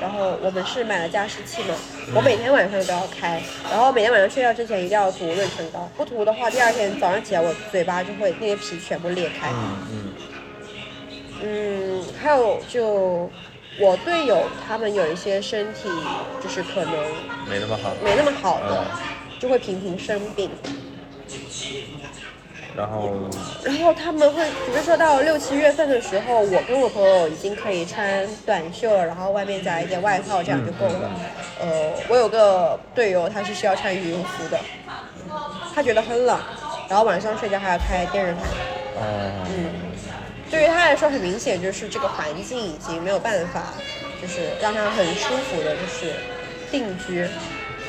S4: 然后我们是买了加湿器嘛，我每天晚上都要开，然后每天晚上睡觉之前一定要涂润唇膏，不涂的话，第二天早上起来我嘴巴就会那些皮全部裂开。
S3: 嗯嗯。
S4: 嗯，还有就我队友他们有一些身体就是可能
S3: 没那么好。
S4: 没那么好的
S3: 嗯，
S4: 就会频频生病。
S3: 然后
S4: 然后他们会，比如说到六七月份的时候，我跟我朋友已经可以穿短袖，然后外面加一件外套，这样就够了。呃，我有个队友，他是需要穿羽绒服的，他觉得很冷，然后晚上睡觉还要开电热毯。
S3: 哦、
S4: 对于他来说，很明显就是这个环境已经没有办法，就是让他很舒服的，就是定居。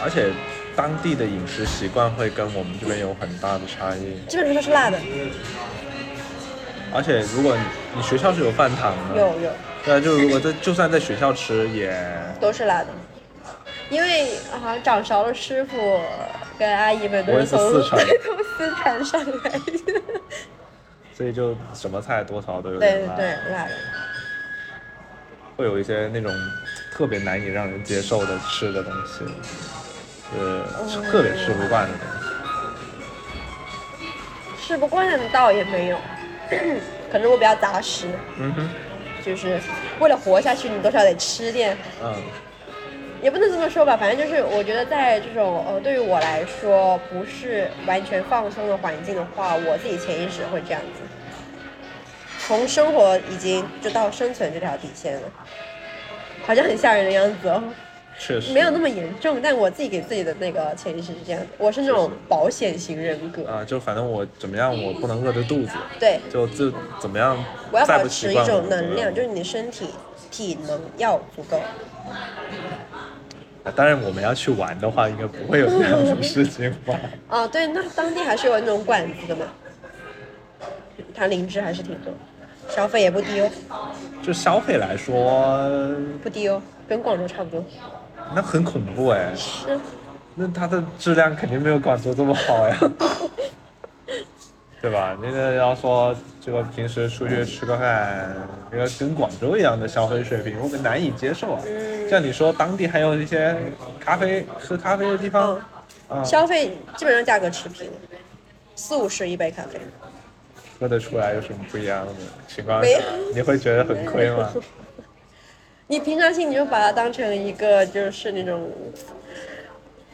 S3: 而且当地的饮食习惯会跟我们这边有很大的差异。
S4: 基本上都是辣的，
S3: 而且如果你你学校是有饭堂的，
S4: 有有
S3: 对啊，就如果在就算在学校吃也
S4: 都是辣的，因为好像掌勺的师傅跟阿姨们都
S3: 我也
S4: 是
S3: 是
S4: 从
S3: 四川的
S4: 从四川上来
S3: [LAUGHS]
S4: 的。
S3: 所以就什么菜多少都有
S4: 对
S3: 点
S4: 对
S3: 辣，
S4: 对，辣的。
S3: 会有一些那种特别难以让人接受的吃的东西，
S4: 嗯
S3: 是特别吃不惯的东西。
S4: 吃不惯倒也没有， [COUGHS] 可能我比较杂食，
S3: 嗯哼，
S4: 就是为了活下去，你多少得吃点。
S3: 嗯，
S4: 也不能这么说吧，反正就是我觉得在这种呃对于我来说不是完全放松的环境的话，我自己潜意识会这样子。从生活已经就到生存这条底线了，好像很吓人的样子哦，
S3: 确实
S4: 没有那么严重，但我自己给自己的那个潜意识是这样的，我是那种保险型人格，
S3: 啊、就反正我怎么样，我不能饿着肚子，
S4: 对，
S3: 就就怎么样，
S4: 我要
S3: 再
S4: 保
S3: 不习
S4: 持一
S3: 惯
S4: 种
S3: 我
S4: 能量，
S3: 饿
S4: 就是你的身体体能要足够。
S3: 啊当然，我们要去玩的话，应该不会有这样的事情
S4: [LAUGHS]
S3: 吧？
S4: 哦，对，那当地还是有那种馆子的嘛，它灵芝还是挺多，消费也不低哦，
S3: 就消费来说，
S4: 不低哦，跟广州差不多。嗯
S3: 那很恐怖哎，
S4: 是，
S3: 那它的质量肯定没有广州这么好
S4: [LAUGHS]
S3: 呀，对吧？那个要说这个平时出去吃个饭，这个跟广州一样的消费水平，我们难以接受啊。
S4: 嗯
S3: 像你说，当地还有一些咖啡喝咖啡的地方
S4: 嗯，，
S3: 啊、
S4: 消费基本上价格持平，四五十一杯咖啡。
S3: 喝得出来有什么不一样的情况
S4: 没
S3: 下
S4: 有，
S3: 你会觉得很亏吗？
S4: 你平常心你就把它当成一个就是那种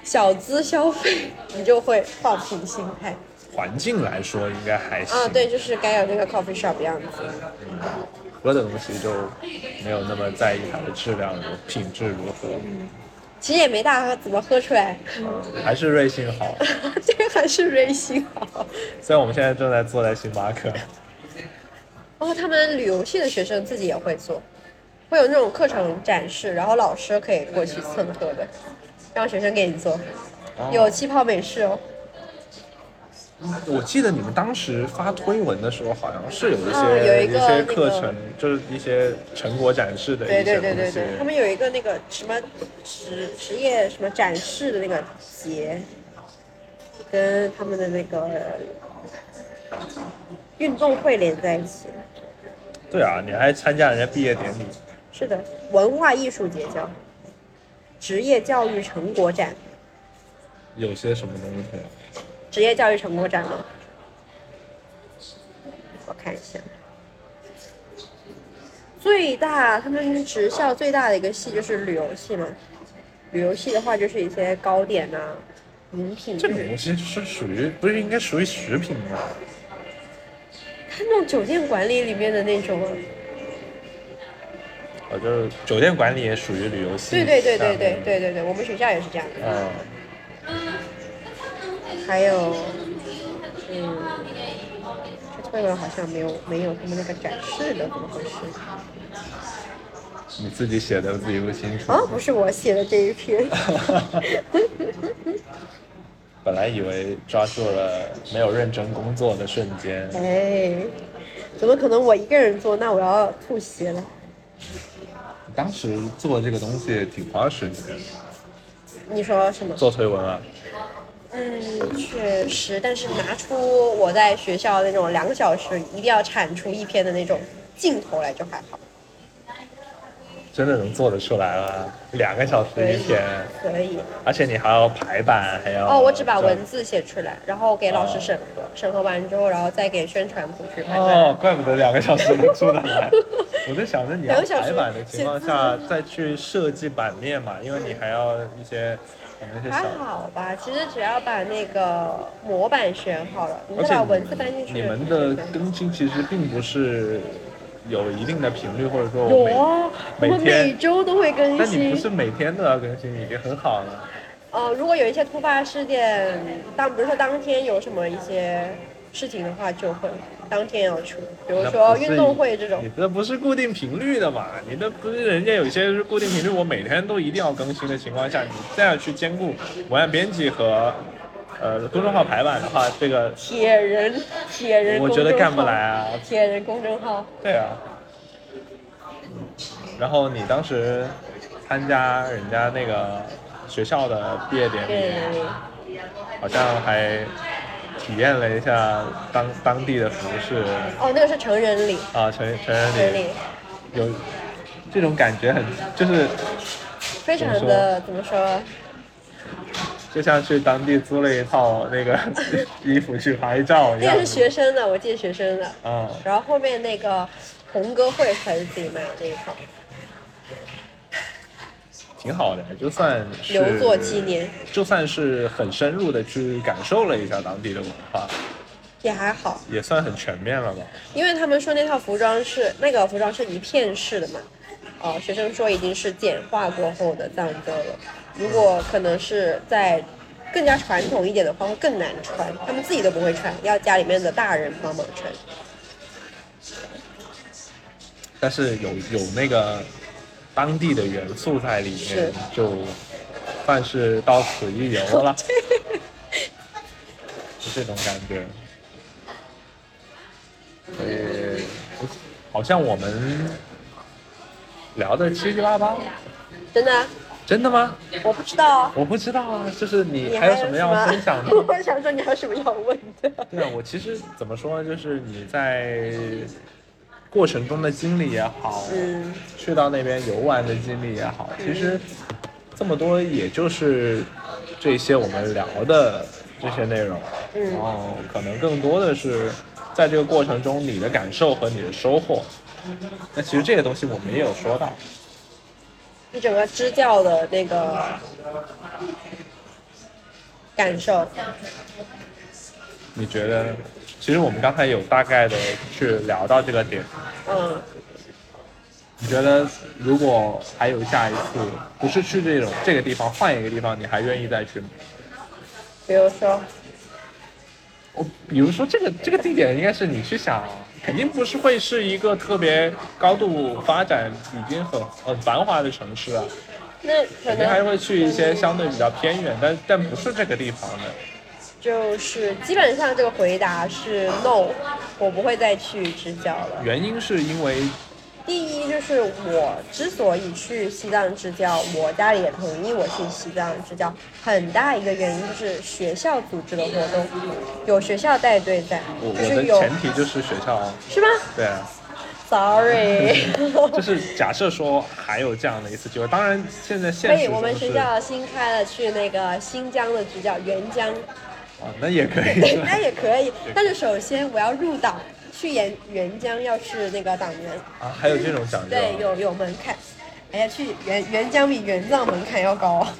S4: 小资消费，你就会放平心态。
S3: 环境来说应该还行。
S4: 啊啊，对，就是该有那个 coffee shop 的样子。
S3: 歌的东西就没有那么在意它的质量、如品质如何，
S4: 其实也没大怎么喝出来， [LAUGHS]
S3: 嗯还是瑞幸好。
S4: 这个还是瑞幸好。
S3: 虽然我们现在正在坐在星巴克，
S4: 包括他们旅游系的学生自己也会做，会有那种课程展示，然后老师可以过去蹭喝的，让学生给你做。有气泡美式哦，
S3: 我记得你们当时发推文的时候，好像是有一些、
S4: 嗯有一个
S3: 些
S4: 那个
S3: 课程，就是一些成果展示的
S4: 对
S3: 一些
S4: 对
S3: 东
S4: 对
S3: 西。
S4: 对对，他们有一个那个什么职职业什么展示的那个节，跟他们的那个运动会连在一起。
S3: 对啊，你还参加人家毕业典礼，
S4: 是的，文化艺术节叫职业教育成果展，
S3: 有些什么东西？
S4: 职业教育成果展吗？我看一下，最大他们职校最大的一个系就是旅游系嘛，旅游系的话就是一些糕点呐、饮品，
S3: 这
S4: 就
S3: 种
S4: 是
S3: 东西是属于不是应该属于食品吗？
S4: 他那种酒店管理里面的那种啊，
S3: 啊，就是酒店管理也属于旅游系。
S4: 对对对对对。对对对，我们学校也是这样的，
S3: 嗯，
S4: 还有，嗯，这推文好像没有没有他们那个展示的，怎么回事？
S3: 你自己写的自己不清楚。
S4: 啊，不是我写的这一篇，
S3: 本来以为抓住了没有认真工作的瞬间，
S4: 哎，怎么可能我一个人做？那我要吐血了。
S3: 当时做这个东西挺花时间。
S4: 你说什么？
S3: 做推文啊，
S4: 嗯，确实，但是拿出我在学校那种两个小时一定要产出一篇的那种劲头来就还好，
S3: 真的能做得出来吗？两个小时
S4: 可以
S3: 一篇，
S4: 可以。
S3: 而且你还要排版，还要
S4: 哦，我只把文字写出来，然后给老师审核，审核完之后，然后再给宣传部去判断。
S3: 哦，怪不得两个小时能出得
S4: [LAUGHS]
S3: 来。我在想着你要
S4: 两个小时
S3: 排版的情况下，再去设计版面嘛，因为你还要一些可能一些
S4: 还
S3: 小，
S4: 好吧，其实只要把那个模板选好了，你
S3: 而
S4: 再
S3: 且
S4: 把文字搬进去。
S3: 你们的
S4: 对
S3: 更新其实并不是有一定的频率，或者说
S4: 有
S3: 我每
S4: 啊，我
S3: 每
S4: 们
S3: 天
S4: 每周都会更
S3: 但你
S4: 新
S3: 不。是每天都要更新，已经很好了。
S4: 呃，如果有一些突发事件，当比如说当天有什么一些事情的话，就会当天要出，比如
S3: 那
S4: 说
S3: 不是
S4: 运动会这种
S3: 你。这不是固定频率的嘛？你这不是人家有些是固定频率，我每天都一定要更新的情况下，你这样去兼顾文案编辑和呃公众号排版的话，这个
S4: 铁人，铁人，
S3: 我觉得干不来。啊。
S4: 铁人公众号，
S3: 对啊。然后你当时参加人家那个学校的毕业典
S4: 对
S3: 礼，好像还体验了一下当当地的服饰
S4: 哦，那个是成人礼，
S3: 啊，成成人
S4: 成人
S3: 礼
S4: 礼。
S3: 有这种感觉很，就是
S4: 非常的怎么说？
S3: 就像去当地租了一套那
S4: [LAUGHS]
S3: 个衣服去拍照一
S4: 那
S3: 样
S4: 个是。学生的，我记得学生的。
S3: 嗯，
S4: 然后后面那个红歌会才是自己买的那一套，
S3: 挺好的，就算是
S4: 留作纪念，
S3: 就算是很深入的去感受了一下当地的文化，
S4: 也还好。
S3: 也算很全面了吧。
S4: 因为他们说那套服装是那个服装是一片式的嘛，哦、学生说已经是简化过后的藏歌了，如果可能是在更加传统一点的话，会更难穿，他们自己都不会穿，要家里面的大人帮忙穿。
S3: 但是有有那个当地的元素在里面
S4: 是，
S3: 就算是到此一游了。是这种感觉。所以，好像我们聊的七七八八，
S4: 真的啊，
S3: 真的吗？
S4: 我不知道啊。
S3: 我不知道啊，就是你
S4: 你
S3: 还有
S4: 有
S3: 什么
S4: 什
S3: 要
S4: 么
S3: 分享的？
S4: [LAUGHS] 我想说你还有什么要问的？
S3: 对啊，我其实怎么说呢，就是你在过程中的经历也好，
S4: 嗯，
S3: 去到那边游玩的经历也好，其实这么多也就是这些我们聊的这些内容，
S4: 嗯
S3: 然后可能更多的是在这个过程中你的感受和你的收获。那其实这些东西我们也有说到，
S4: 你整个支教的那个感受，
S3: 你觉得？其实我们刚才有大概的去聊到这个点，
S4: 嗯，
S3: 你觉得如果还有下一次，不是去这种这个地方，换一个地方，你还愿意再去吗？
S4: 比如说，
S3: 我哦比如说这个这个地点应该是你去想，肯定不是会是一个特别高度发展、已经很很繁华的城市啊，
S4: 那可
S3: 肯定还
S4: 能
S3: 会去一些相对比较偏远，但但不是这个地方的。
S4: 就是基本上这个回答是 no，我不会再去支教了。
S3: 原因是因为
S4: 第一就是我之所以去西藏支教，我家里也同意我去西藏支教，很大一个原因就是学校组织的活动，有学校带队在，
S3: 我
S4: 就
S3: 我的
S4: 是有
S3: 前提就是学校，
S4: 是吗
S3: 对啊。
S4: ？Sorry，
S3: [LAUGHS]
S4: [LAUGHS]
S3: 就是假设说还有这样的一次机会，当然现在
S4: 所
S3: 现实
S4: 以
S3: 中
S4: 我们学
S3: 是
S4: 校新开了去那个新疆的支教，援
S3: [LAUGHS]
S4: 疆，
S3: 啊，那也可以 [LAUGHS]
S4: 对，
S3: 是吧
S4: 那也可以。但是首先我要入党，去援援疆要是那个党员，
S3: 啊，还有这种讲究，
S4: 对，有有门槛。哎呀，去援援疆比援藏门槛要高。啊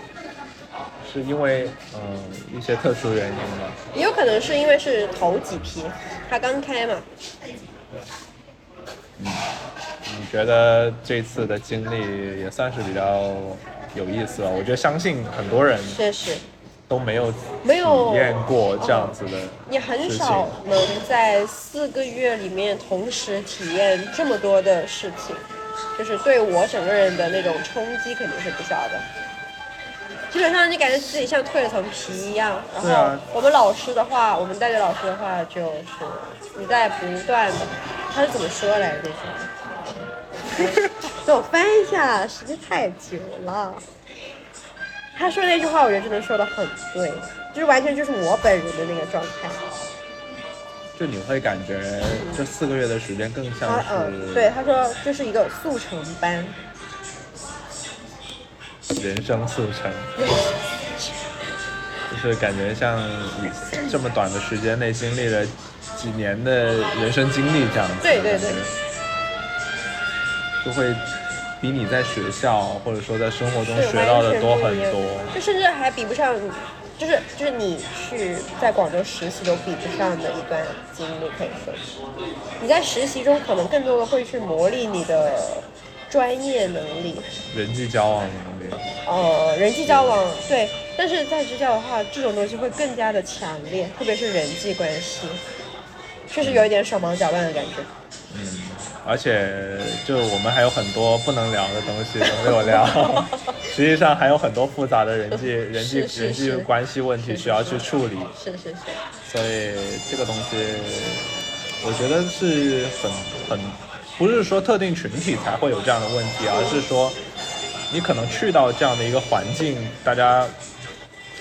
S3: 是因为嗯一些特殊原因吗？
S4: 也有可能是因为是头几批，它刚开嘛。
S3: 你觉得这次的经历也算是比较有意思了？我觉得相信很多人
S4: 确实，
S3: 都没有
S4: 没有
S3: 体验过这样子的，
S4: 你很少能在四个月里面同时体验这么多的事情，就是对我整个人的那种冲击肯定是不小的。基本上你感觉自己像蜕了层皮一样，然
S3: 对
S4: 后
S3: 啊
S4: 我们老师的话，我们带着老师的话就是你在不断的，他是怎么说来着那句？
S3: [LAUGHS]
S4: 等我翻一下，时间太久了。他说那句话，我觉得真的说的很对，就是完全就是我本人的那个状态。
S3: 就你会感觉这四个月的时间更像
S4: 他
S3: 是、
S4: 嗯，对，他说这是一个速成班，
S3: 人生速成，就是感觉像你这么短的时间内经历了几年的人生经历这样子，
S4: 对对对，
S3: 就会比你在学校或者说在生活中
S4: 对，
S3: 学到
S4: 完
S3: 的
S4: 全
S3: 多
S4: 不
S3: 很
S4: 一样
S3: 多。，
S4: 就甚至还比不上，就是就是你去在广州实习都比不上的一段经历，可以说是你在实习中可能更多的会去磨砺你的专业能力，
S3: 人际交往能力，
S4: 呃，人际交往对，但是在支教的话，这种东西会更加的强烈，特别是人际关系，确实有一点手忙脚乱的感觉。
S3: 而且就我们还有很多不能聊的东西都没有
S4: [LAUGHS]
S3: 聊，实际上还有很多复杂的人际、人际、
S4: 是是
S3: 人际
S4: 是
S3: 关系问题需要去处理。
S4: 是是是，
S3: 所以这个东西，我觉得是很很，不是说特定群体才会有这样的问题，而是说你可能去到这样的一个环境，大家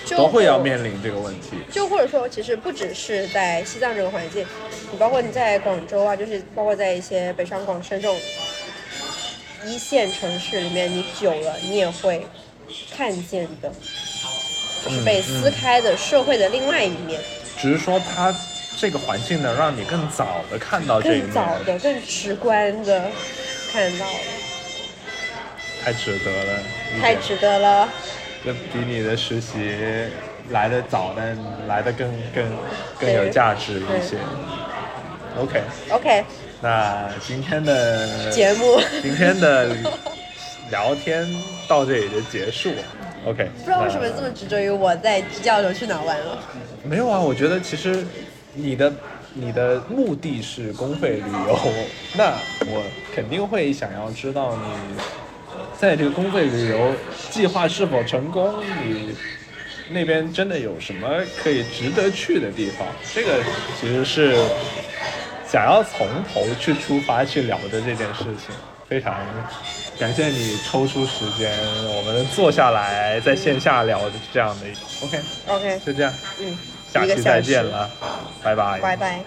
S4: 就
S3: 都会要面临这个问题。
S4: 就或者说，其实不只是在西藏这个环境，你包括你在广州啊，就是包括在一些北上广深这种一线城市里面，你久了你也会看见的，就是被撕开的社会的另外一面，
S3: 只是说它这个环境能让你更早的看到这一
S4: 更早
S3: 面，
S4: 的、更直观的看到了，
S3: 太值得了，一点
S4: 太值得了。
S3: 这比你的实习来的早，但来的更更更有价值一些。OK，
S4: OK，
S3: 那今天的
S4: 节目
S3: 今天的聊天到这里就结束。OK，
S4: 不知道为什么这么执着于我在支教的时候去哪玩了。
S3: 那没有啊？我觉得其实你的你的目的是公费旅游， [LAUGHS] 那我肯定会想要知道你在这个公费旅游计划是否成功，你那边真的有什么可以值得去的地方？这个其实是想要从头去出发去聊的这件事情，非常感谢你抽出时间，我们坐下来在线下聊的这样的一。OK，
S4: OK，
S3: 就这样，
S4: 嗯，
S3: 下
S4: 一个
S3: 期
S4: 小
S3: 再
S4: 时
S3: 见了，拜拜，
S4: 拜拜。